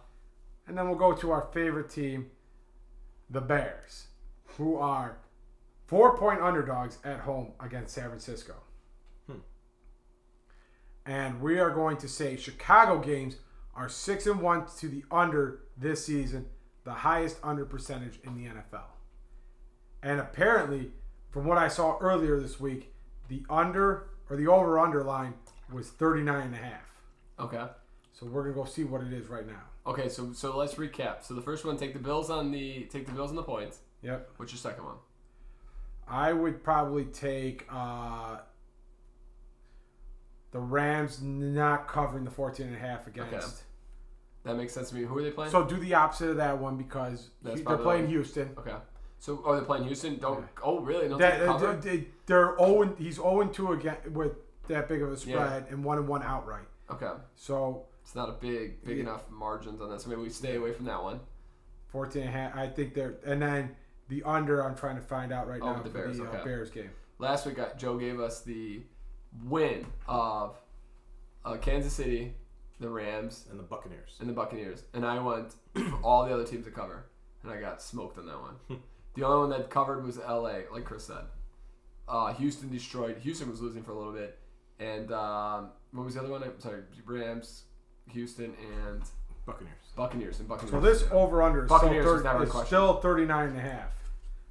B: And then we'll go to our favorite team, the Bears, who are four point underdogs at home against San Francisco. And we are going to say Chicago games are six and one to the under this season, the highest under percentage in the NFL. And apparently, from what I saw earlier this week, the under or the over under line was 39 and a half.
A: Okay.
B: So we're going to go see what it is right now.
A: Okay. So so let's recap. So the first one, take the Bills on the take the Bills on the points.
B: Yep.
A: What's your second one?
B: I would probably take uh, the Rams not covering the 14 and a half against.
A: That makes sense to me. Who are they playing?
B: So do the opposite of that one because
A: That's
B: he- they're
A: probably
B: playing
A: right.
B: Houston.
A: okay. So are they playing Houston? Don't.
B: Yeah.
A: Oh really? Don't
B: That, uh,
A: they cover?
B: they- they- they're 0 and- he's 0 and 2 again with that big of a spread and 1 and 1 outright.
A: okay.
B: So
A: It's not a big big
B: Yeah.
A: enough margins on that. So maybe we stay away from that one.
B: 14 and a half, I think they're and then the under I'm trying to find out right
A: Oh,
B: now
A: the
B: for
A: Bears,
B: the
A: okay.
B: uh, Bears game.
A: Last week, I- Joe gave us the win of uh, Kansas City, the Rams,
C: and the Buccaneers.
A: and the Buccaneers, and I went for all the other teams to cover, and I got smoked on that one. the only one that covered was L.A., like Chris said. Uh, Houston destroyed. Houston was losing for a little bit, and um, what was the other one? I'm sorry, Rams, Houston, and
C: Buccaneers.
A: Buccaneers, and Buccaneers.
B: So this over under is, still,
A: Buccaneers was never
B: 30,
A: a
B: is
A: question.
B: still 39 and a half.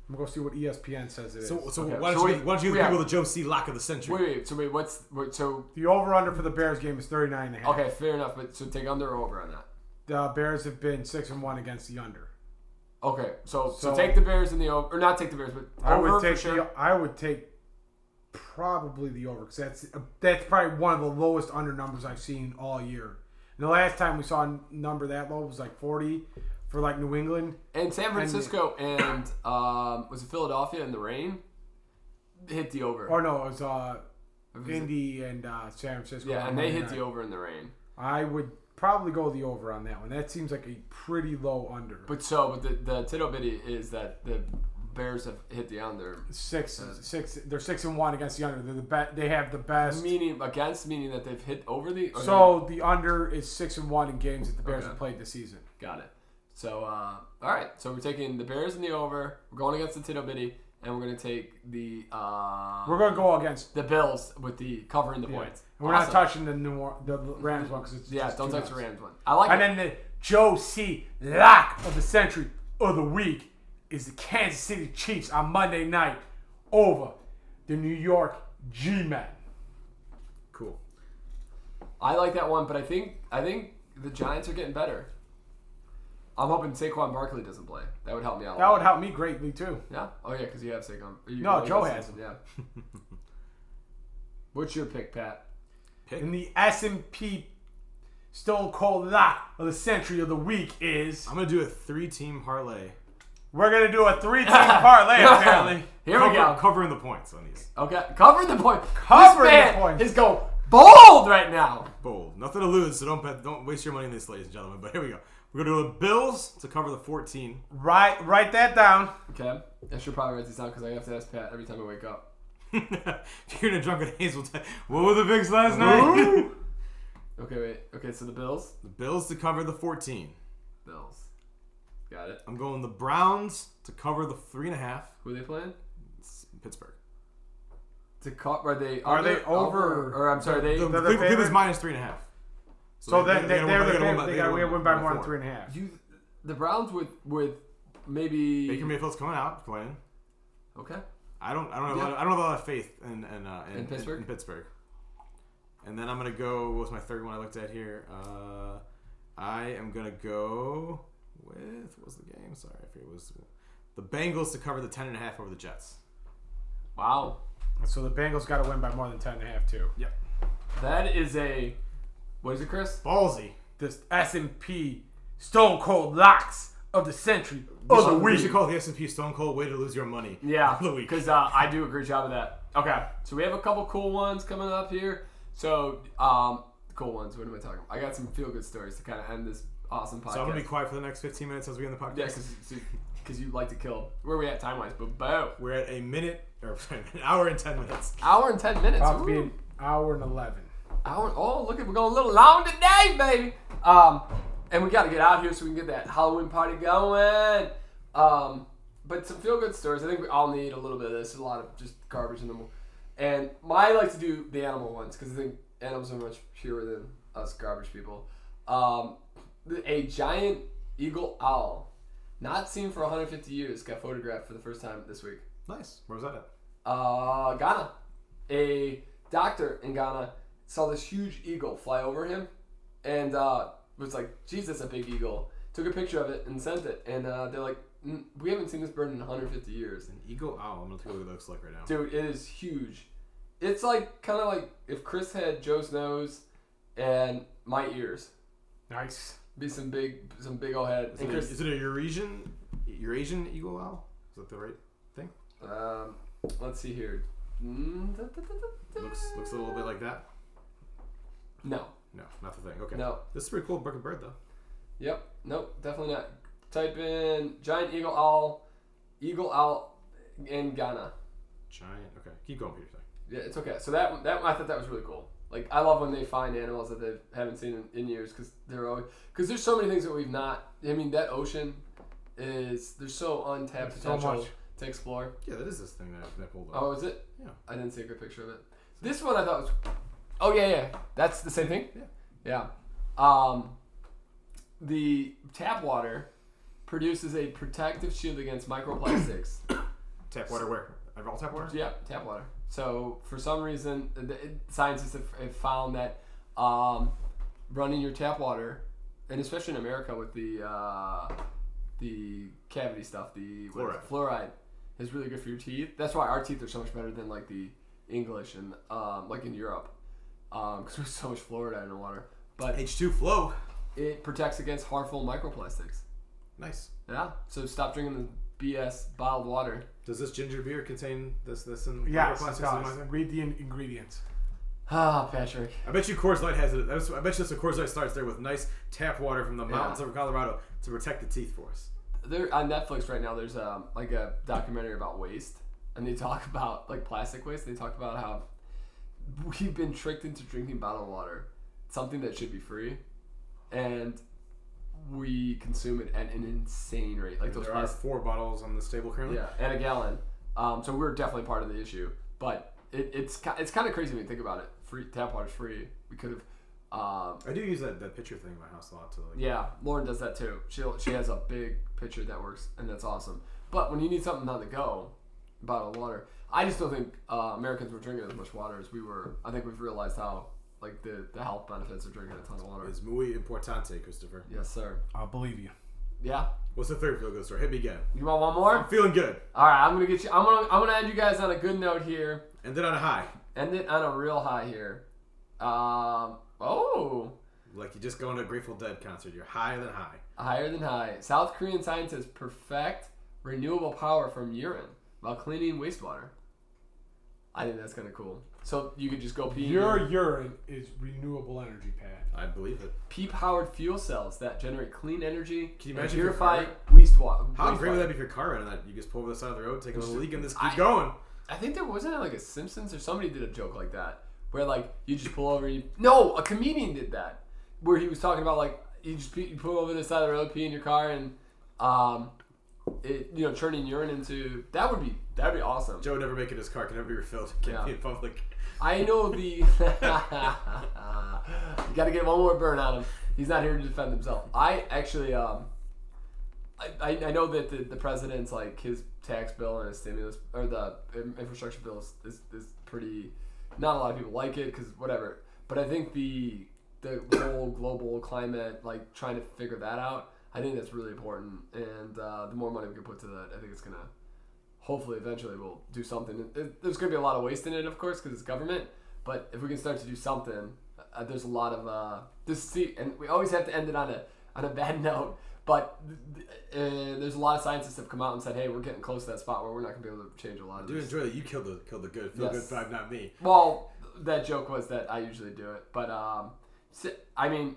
B: I'm going to see what E ESPN says it is.
C: So, so
A: Okay,
C: why don't
A: so
C: you,
A: wait,
C: why don't you give
A: yeah.
C: people the Joe C. Lock of the century?
A: wait, wait. So wait, what's wait, so?
B: The over under for the Bears game is 39 and a half.
A: Okay, fair enough. But so take under or over on that.
B: The Bears have been 6 and 1 against the under.
A: Okay, so, so
B: So-
A: take the Bears in the over, or not take the Bears, but
B: I
A: over
B: would take
A: for sure.
B: the, I would take probably the over cuz that's that's probably one of the lowest under numbers I've seen all year. And the last time we saw a number that low was like 40 for like New England.
A: and San Francisco and, um, was it Philadelphia in the rain? Hit the over.
B: Or no, it was uh
A: Was it-
B: Indy and uh, San Francisco.
A: yeah,
B: on
A: and they
B: Monday
A: hit the
B: night.
A: over in the rain.
B: I would probably go the over on that one. That seems like a pretty low under.
A: But so, but the the tittle bitty is that the Bears have hit the under,
B: Six, six. They're six and one against the under. They're the best. They have the best.
A: meaning against, meaning that they've hit over the. or
B: So the under is six and one in games that the Bears
A: Uh-huh. Okay.
B: have played this season.
A: they- got it. So uh, all right, so we're taking the Bears in the over. We're going against the tittle bitty, and we're gonna take the uh,
B: We're gonna go against.
A: the Bills with the covering the
B: Yeah.
A: points.
B: And we're
A: Awesome.
B: not touching the New Or- the Rams one because it's
A: Yeah,
B: just
A: don't
B: too
A: touch the
B: much.
A: Rams one. I like it.
B: And then the Joe C. Lock of the century of the week is the Kansas City Chiefs on Monday night over the New York G-Men.
C: Cool.
A: I like that one, but I think I think the Giants are getting better. I'm hoping Saquon Barkley doesn't play. That would help me out. a
B: That
A: lot.
B: would help me greatly too.
A: Yeah. Oh yeah, because you have Saquon. You-
B: No,
A: you
B: Joe
A: got
B: has
A: Saquon,
B: him.
A: Yeah. What's your pick, Pat?
B: And the S&P Stone Cold Lock of the century of the week is.
C: I'm gonna do a three-team parlay.
B: We're gonna do a three-team parlay apparently.
A: Here
C: Cover-
A: we go.
C: Covering the points on these.
A: Okay, cover the point.
B: Cover
A: this man
B: the points.
A: Is go bold right now.
C: Bold. Nothing to lose, so don't bet. Don't waste your money on this, ladies and gentlemen. But here we go. We're gonna go to the Bills to cover the 14.
B: Write write that down.
A: Okay, I should probably write these down because I have to ask Pat every time I wake up.
C: if you're in a drunken haze, we'll tell- what were the bigs last night?
B: Ooh.
A: Okay, wait. Okay, so the Bills.
C: the Bills to cover the 14.
A: Bills. Got it.
C: I'm going the Browns to cover the three and a half.
A: Who are they playing?
C: It's Pittsburgh.
A: To cut? Are they?
B: Are they
A: under,
B: over-
A: Or I'm sorry, they.
C: The,
B: They're the
C: Cleveland- Cleveland's
B: favorite?
C: minus three and a half.
B: So then they, they,
C: gotta win-
B: were the
C: gotta win
B: favorite.
C: by-
B: they got
C: gotta
B: to
C: win
B: win by
C: by
B: more than
C: four.
B: three and a half.
A: you, the Browns with with maybe.
C: Baker Mayfield's coming out playing.
A: okay.
C: I don't. I don't have.
A: Yeah.
C: A lot of, I don't have a lot of faith in in, uh, in,
A: In Pittsburgh?
C: In, Pittsburgh. And then I'm gonna go. What was my third one I looked at here? Uh, I am gonna go with what was the game? Sorry, I forget. It was the Bengals to cover the ten and a half over the Jets.
A: Wow,
B: So the Bengals got to win by more than ten and a half too.
A: that is a. What is it, Chris?
C: Ballsy.
B: This S and P Stone Cold locks of the century of the
C: we
B: week.
C: should call it Oh, the S and P Stone Cold way to lose your money.
A: Yeah,
C: Of the week.
A: because uh, I do a great job of that. Okay, so we have a couple cool ones coming up here. So, um, cool ones. What am I talking? about? I got some feel good stories to kind of end this awesome podcast.
C: So I'm gonna be quiet for the next 15 minutes as we end the podcast.
A: yeah, because you like to kill. Where are we at time wise? But bo,
C: We're at a minute or sorry, an hour and 10 minutes.
A: hour and ten minutes.
B: About to be
A: Ooh.
B: an hour and eleven.
A: Hour, oh, look, at we're going a little long today, baby. Um, and we got to get out here so we can get that Halloween party going. Um, but some feel good stories. I think we all need a little bit of this. A lot of just garbage in the mo- And my I like to do the animal ones because I think animals are much purer than us garbage people. Um, a giant eagle owl, not seen for 150 years, got photographed for the first time this week
C: Nice. Where was that at?
A: uh, Ghana. A doctor in Ghana saw this huge eagle fly over him and uh, was like, Jesus, a big eagle. Took a picture of it and sent it. And uh, they're like, "Mm, we haven't seen this bird in 150 years.
C: An eagle owl. I'm going to take a look at what it looks like right now.
A: Dude, it is huge. It's like kind of like if Chris had Joe's nose and my ears.
B: Nice.
A: Be some big, some big old head.
C: Is
A: And
C: it, a,
A: Chris,
C: is it a Eurasian, Eurasian eagle owl? Is that the right thing?
A: um, let's see here. Mm, da, da, da, da, da.
C: Looks looks a little bit like that.
A: No,
C: No, not the thing. Okay.
A: no.
C: This is a pretty cool bird bird though.
A: Yep. Nope. Definitely not. Type in giant eagle owl, eagle owl in Ghana.
C: Giant. Okay. Keep going, Peter. Sorry.
A: Yeah, it's okay. So that that I thought that was really cool. Like I love when they find animals that they haven't seen in, in years because they're always because there's so many things that we've not. I mean that ocean is there's so untapped
B: There's so
A: potential
B: much.
A: to explore.
C: Yeah, that is this thing that I, that I pulled up.
A: Oh, is it?
C: Yeah.
A: I didn't see a good picture of it. This one I thought was. Oh yeah, yeah. That's the same thing.
C: Yeah.
A: Yeah. Um, the tap water produces a protective shield against microplastics.
C: Tap water where? I've all tap water?
A: yeah, tap water. So for some reason, the, it, scientists have, have found that um, running your tap water, and especially in America with the uh, the cavity stuff, the what is it? fluoride is really good for your teeth. That's why our teeth are so much better than like the English and um, like in Europe, because there's so much fluoride in the water. But
C: H2 flow.
A: it protects against harmful microplastics.
C: Nice.
A: Yeah. So stop drinking the BS bottled water.
C: Does this ginger beer contain this this and
B: Yes,
C: microplastics
B: it
C: in
B: does.
C: my-
B: Read the in- ingredients.
A: Ah, Patrick.
C: I bet you Coors Light has it. That's, I bet you that's what Coors Light starts there with nice tap water from the mountains
A: Yeah.
C: of Colorado to protect the teeth for us.
A: there on Netflix right now. There's um like a documentary about waste, and they talk about like plastic waste. They talk about how we've been tricked into drinking bottled water, something that should be free, and we consume it at an insane rate. Like those
C: There are
A: plastic,
C: four bottles on this table currently.
A: yeah, and a gallon. Um, so we're definitely part of the issue, but it, it's ki- it's kind of crazy when you think about it. Free tap water's free. We could have. Um,
C: I do use that, that pitcher thing in my house a lot to like.
A: yeah, Lauren does that too. She she has a big pitcher that works, and that's awesome. But when you need something on the go, bottled water. I just don't think uh, Americans were drinking as much water as we were. I think we've realized how like the, the health benefits of drinking a ton of water.
C: It's muy importante, Christopher.
A: Yes, sir.
B: I'll believe you.
A: Yeah.
C: What's the third feel good story? Hit me again.
A: You want one
C: I'm
A: more?
C: feeling good.
A: All right, I'm gonna get you. I'm gonna I'm gonna end you guys on a good note here.
C: And then on a high,
A: End it on a real high here. Um. Oh.
C: like you're just going to a Grateful Dead concert. You're higher than high.
A: Higher than high. South Korean scientists perfect renewable power from urine while cleaning wastewater. I think that's kind of cool. So you could just go pee. in
B: Your urine is renewable energy, Pat.
C: I believe it.
A: pea-powered fuel cells that generate clean energy
C: Can you
A: and
C: imagine if your
A: purify
C: car-
A: wastewater.
C: How
A: wastewater.
C: great would that be if your car ran on that? You just pull over the side of the road, take a little leak, and just keep
A: I-
C: going.
A: I think there wasn't it like a Simpsons or somebody did a joke like that where like you just pull over and you no a comedian did that where he was talking about like you just pee, you pull over the side of the road pee in your car and um it you know turning urine into that would be that'd be awesome.
C: Joe would never make it his car can never be refilled. Can't
A: Yeah.
C: be in public.
A: I know the you got to get one more burn on him. He's not here to defend himself. I actually um I, I, I know that the, the president's like his tax bill and his stimulus or the in- infrastructure bill is, is, is pretty not a lot of people like it because whatever but i think the the whole global climate like trying to figure that out i think that's really important and uh, the more money we can put to that i think it's gonna hopefully eventually we'll do something It- it- there's gonna be a lot of waste in it of course because it's government but if we can start to do something uh, there's a lot of uh, this see and we always have to end it on a on a bad note but th- th- uh, there's a lot of scientists have come out and said hey we're getting close to that spot where we're not gonna be able to change a lot
C: I
A: of
C: do
A: this
C: enjoy that you killed the killed the good, feel
A: Yes.
C: good vibe, not me.
A: well, that joke was that I usually do it, but um, s- I mean,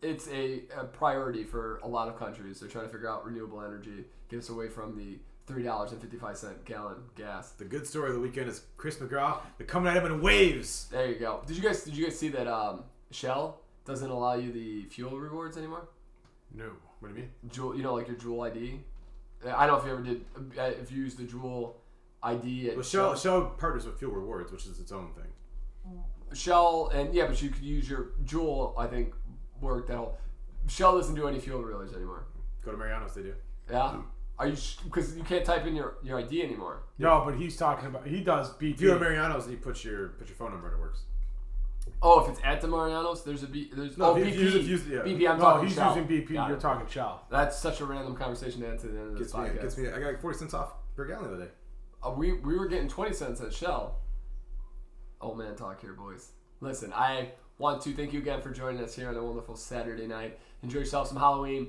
A: it's a, a priority for a lot of countries. They're trying to figure out renewable energy, get us away from the three dollars and fifty five cent gallon gas.
C: The good story of the weekend is Chris McGraw. They're coming at him in waves.
A: There you go. Did you guys did you guys see that um, Shell doesn't allow you the fuel rewards anymore?
B: No.
C: What do you mean?
A: Jewel, you know, like your Jewel ID. I don't know if you ever did uh, if you used the Jewel ID. At
C: Well, Shell Shell partners with Fuel Rewards, which is its own thing.
A: Shell and yeah, but you could use your Jewel. I think worked that whole. Shell doesn't do any fuel rewards anymore.
C: Go to Mariano's, they do. Hmm.
A: Yeah. Are you because you can't type in your, your ID anymore?
B: No, but he's talking about he does
C: If you go to
B: BP.
C: Mariano's and you put your put your phone number, and it works.
A: Oh, if it's at the Marianos, there's a B. There's
C: No,
A: oh,
C: if
A: BP.
C: you use it, use it, yeah.
A: BP. I'm
B: No,
A: talking
B: he's
A: Shell.
B: using BP.
A: Got
B: You're
A: it.
B: talking Shell.
A: That's such a random conversation to add to the end of this
C: Gets me,
A: podcast.
C: gets me. I got like forty cents off per gallon the other day.
A: Uh, we we were getting twenty cents at Shell. Old man talk here, boys. Listen, I want to thank you again for joining us here on a wonderful Saturday night. Enjoy yourself some Halloween.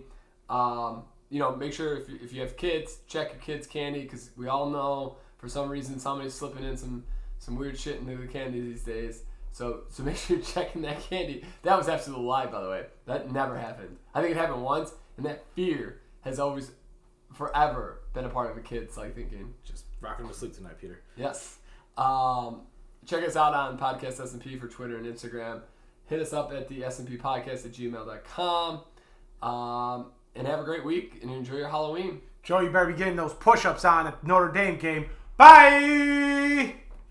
A: Um, you know, make sure if you, if you have kids, check your kids' candy because we all know for some reason somebody's slipping in some some weird shit into the candy these days. So so make sure you're checking that candy. That was absolute lie, by the way. That never happened. I think it happened once, and that fear has always, forever, been a part of a kid's like thinking.
C: Just rocking to sleep tonight, Peter.
A: Yes. Um, check us out on Podcast S&P for Twitter and Instagram. Hit us up at the S&P podcast at gmail.com. Um, and have a great week and enjoy your Halloween.
B: Joe, you better be getting those push ups on at Notre Dame game. Bye!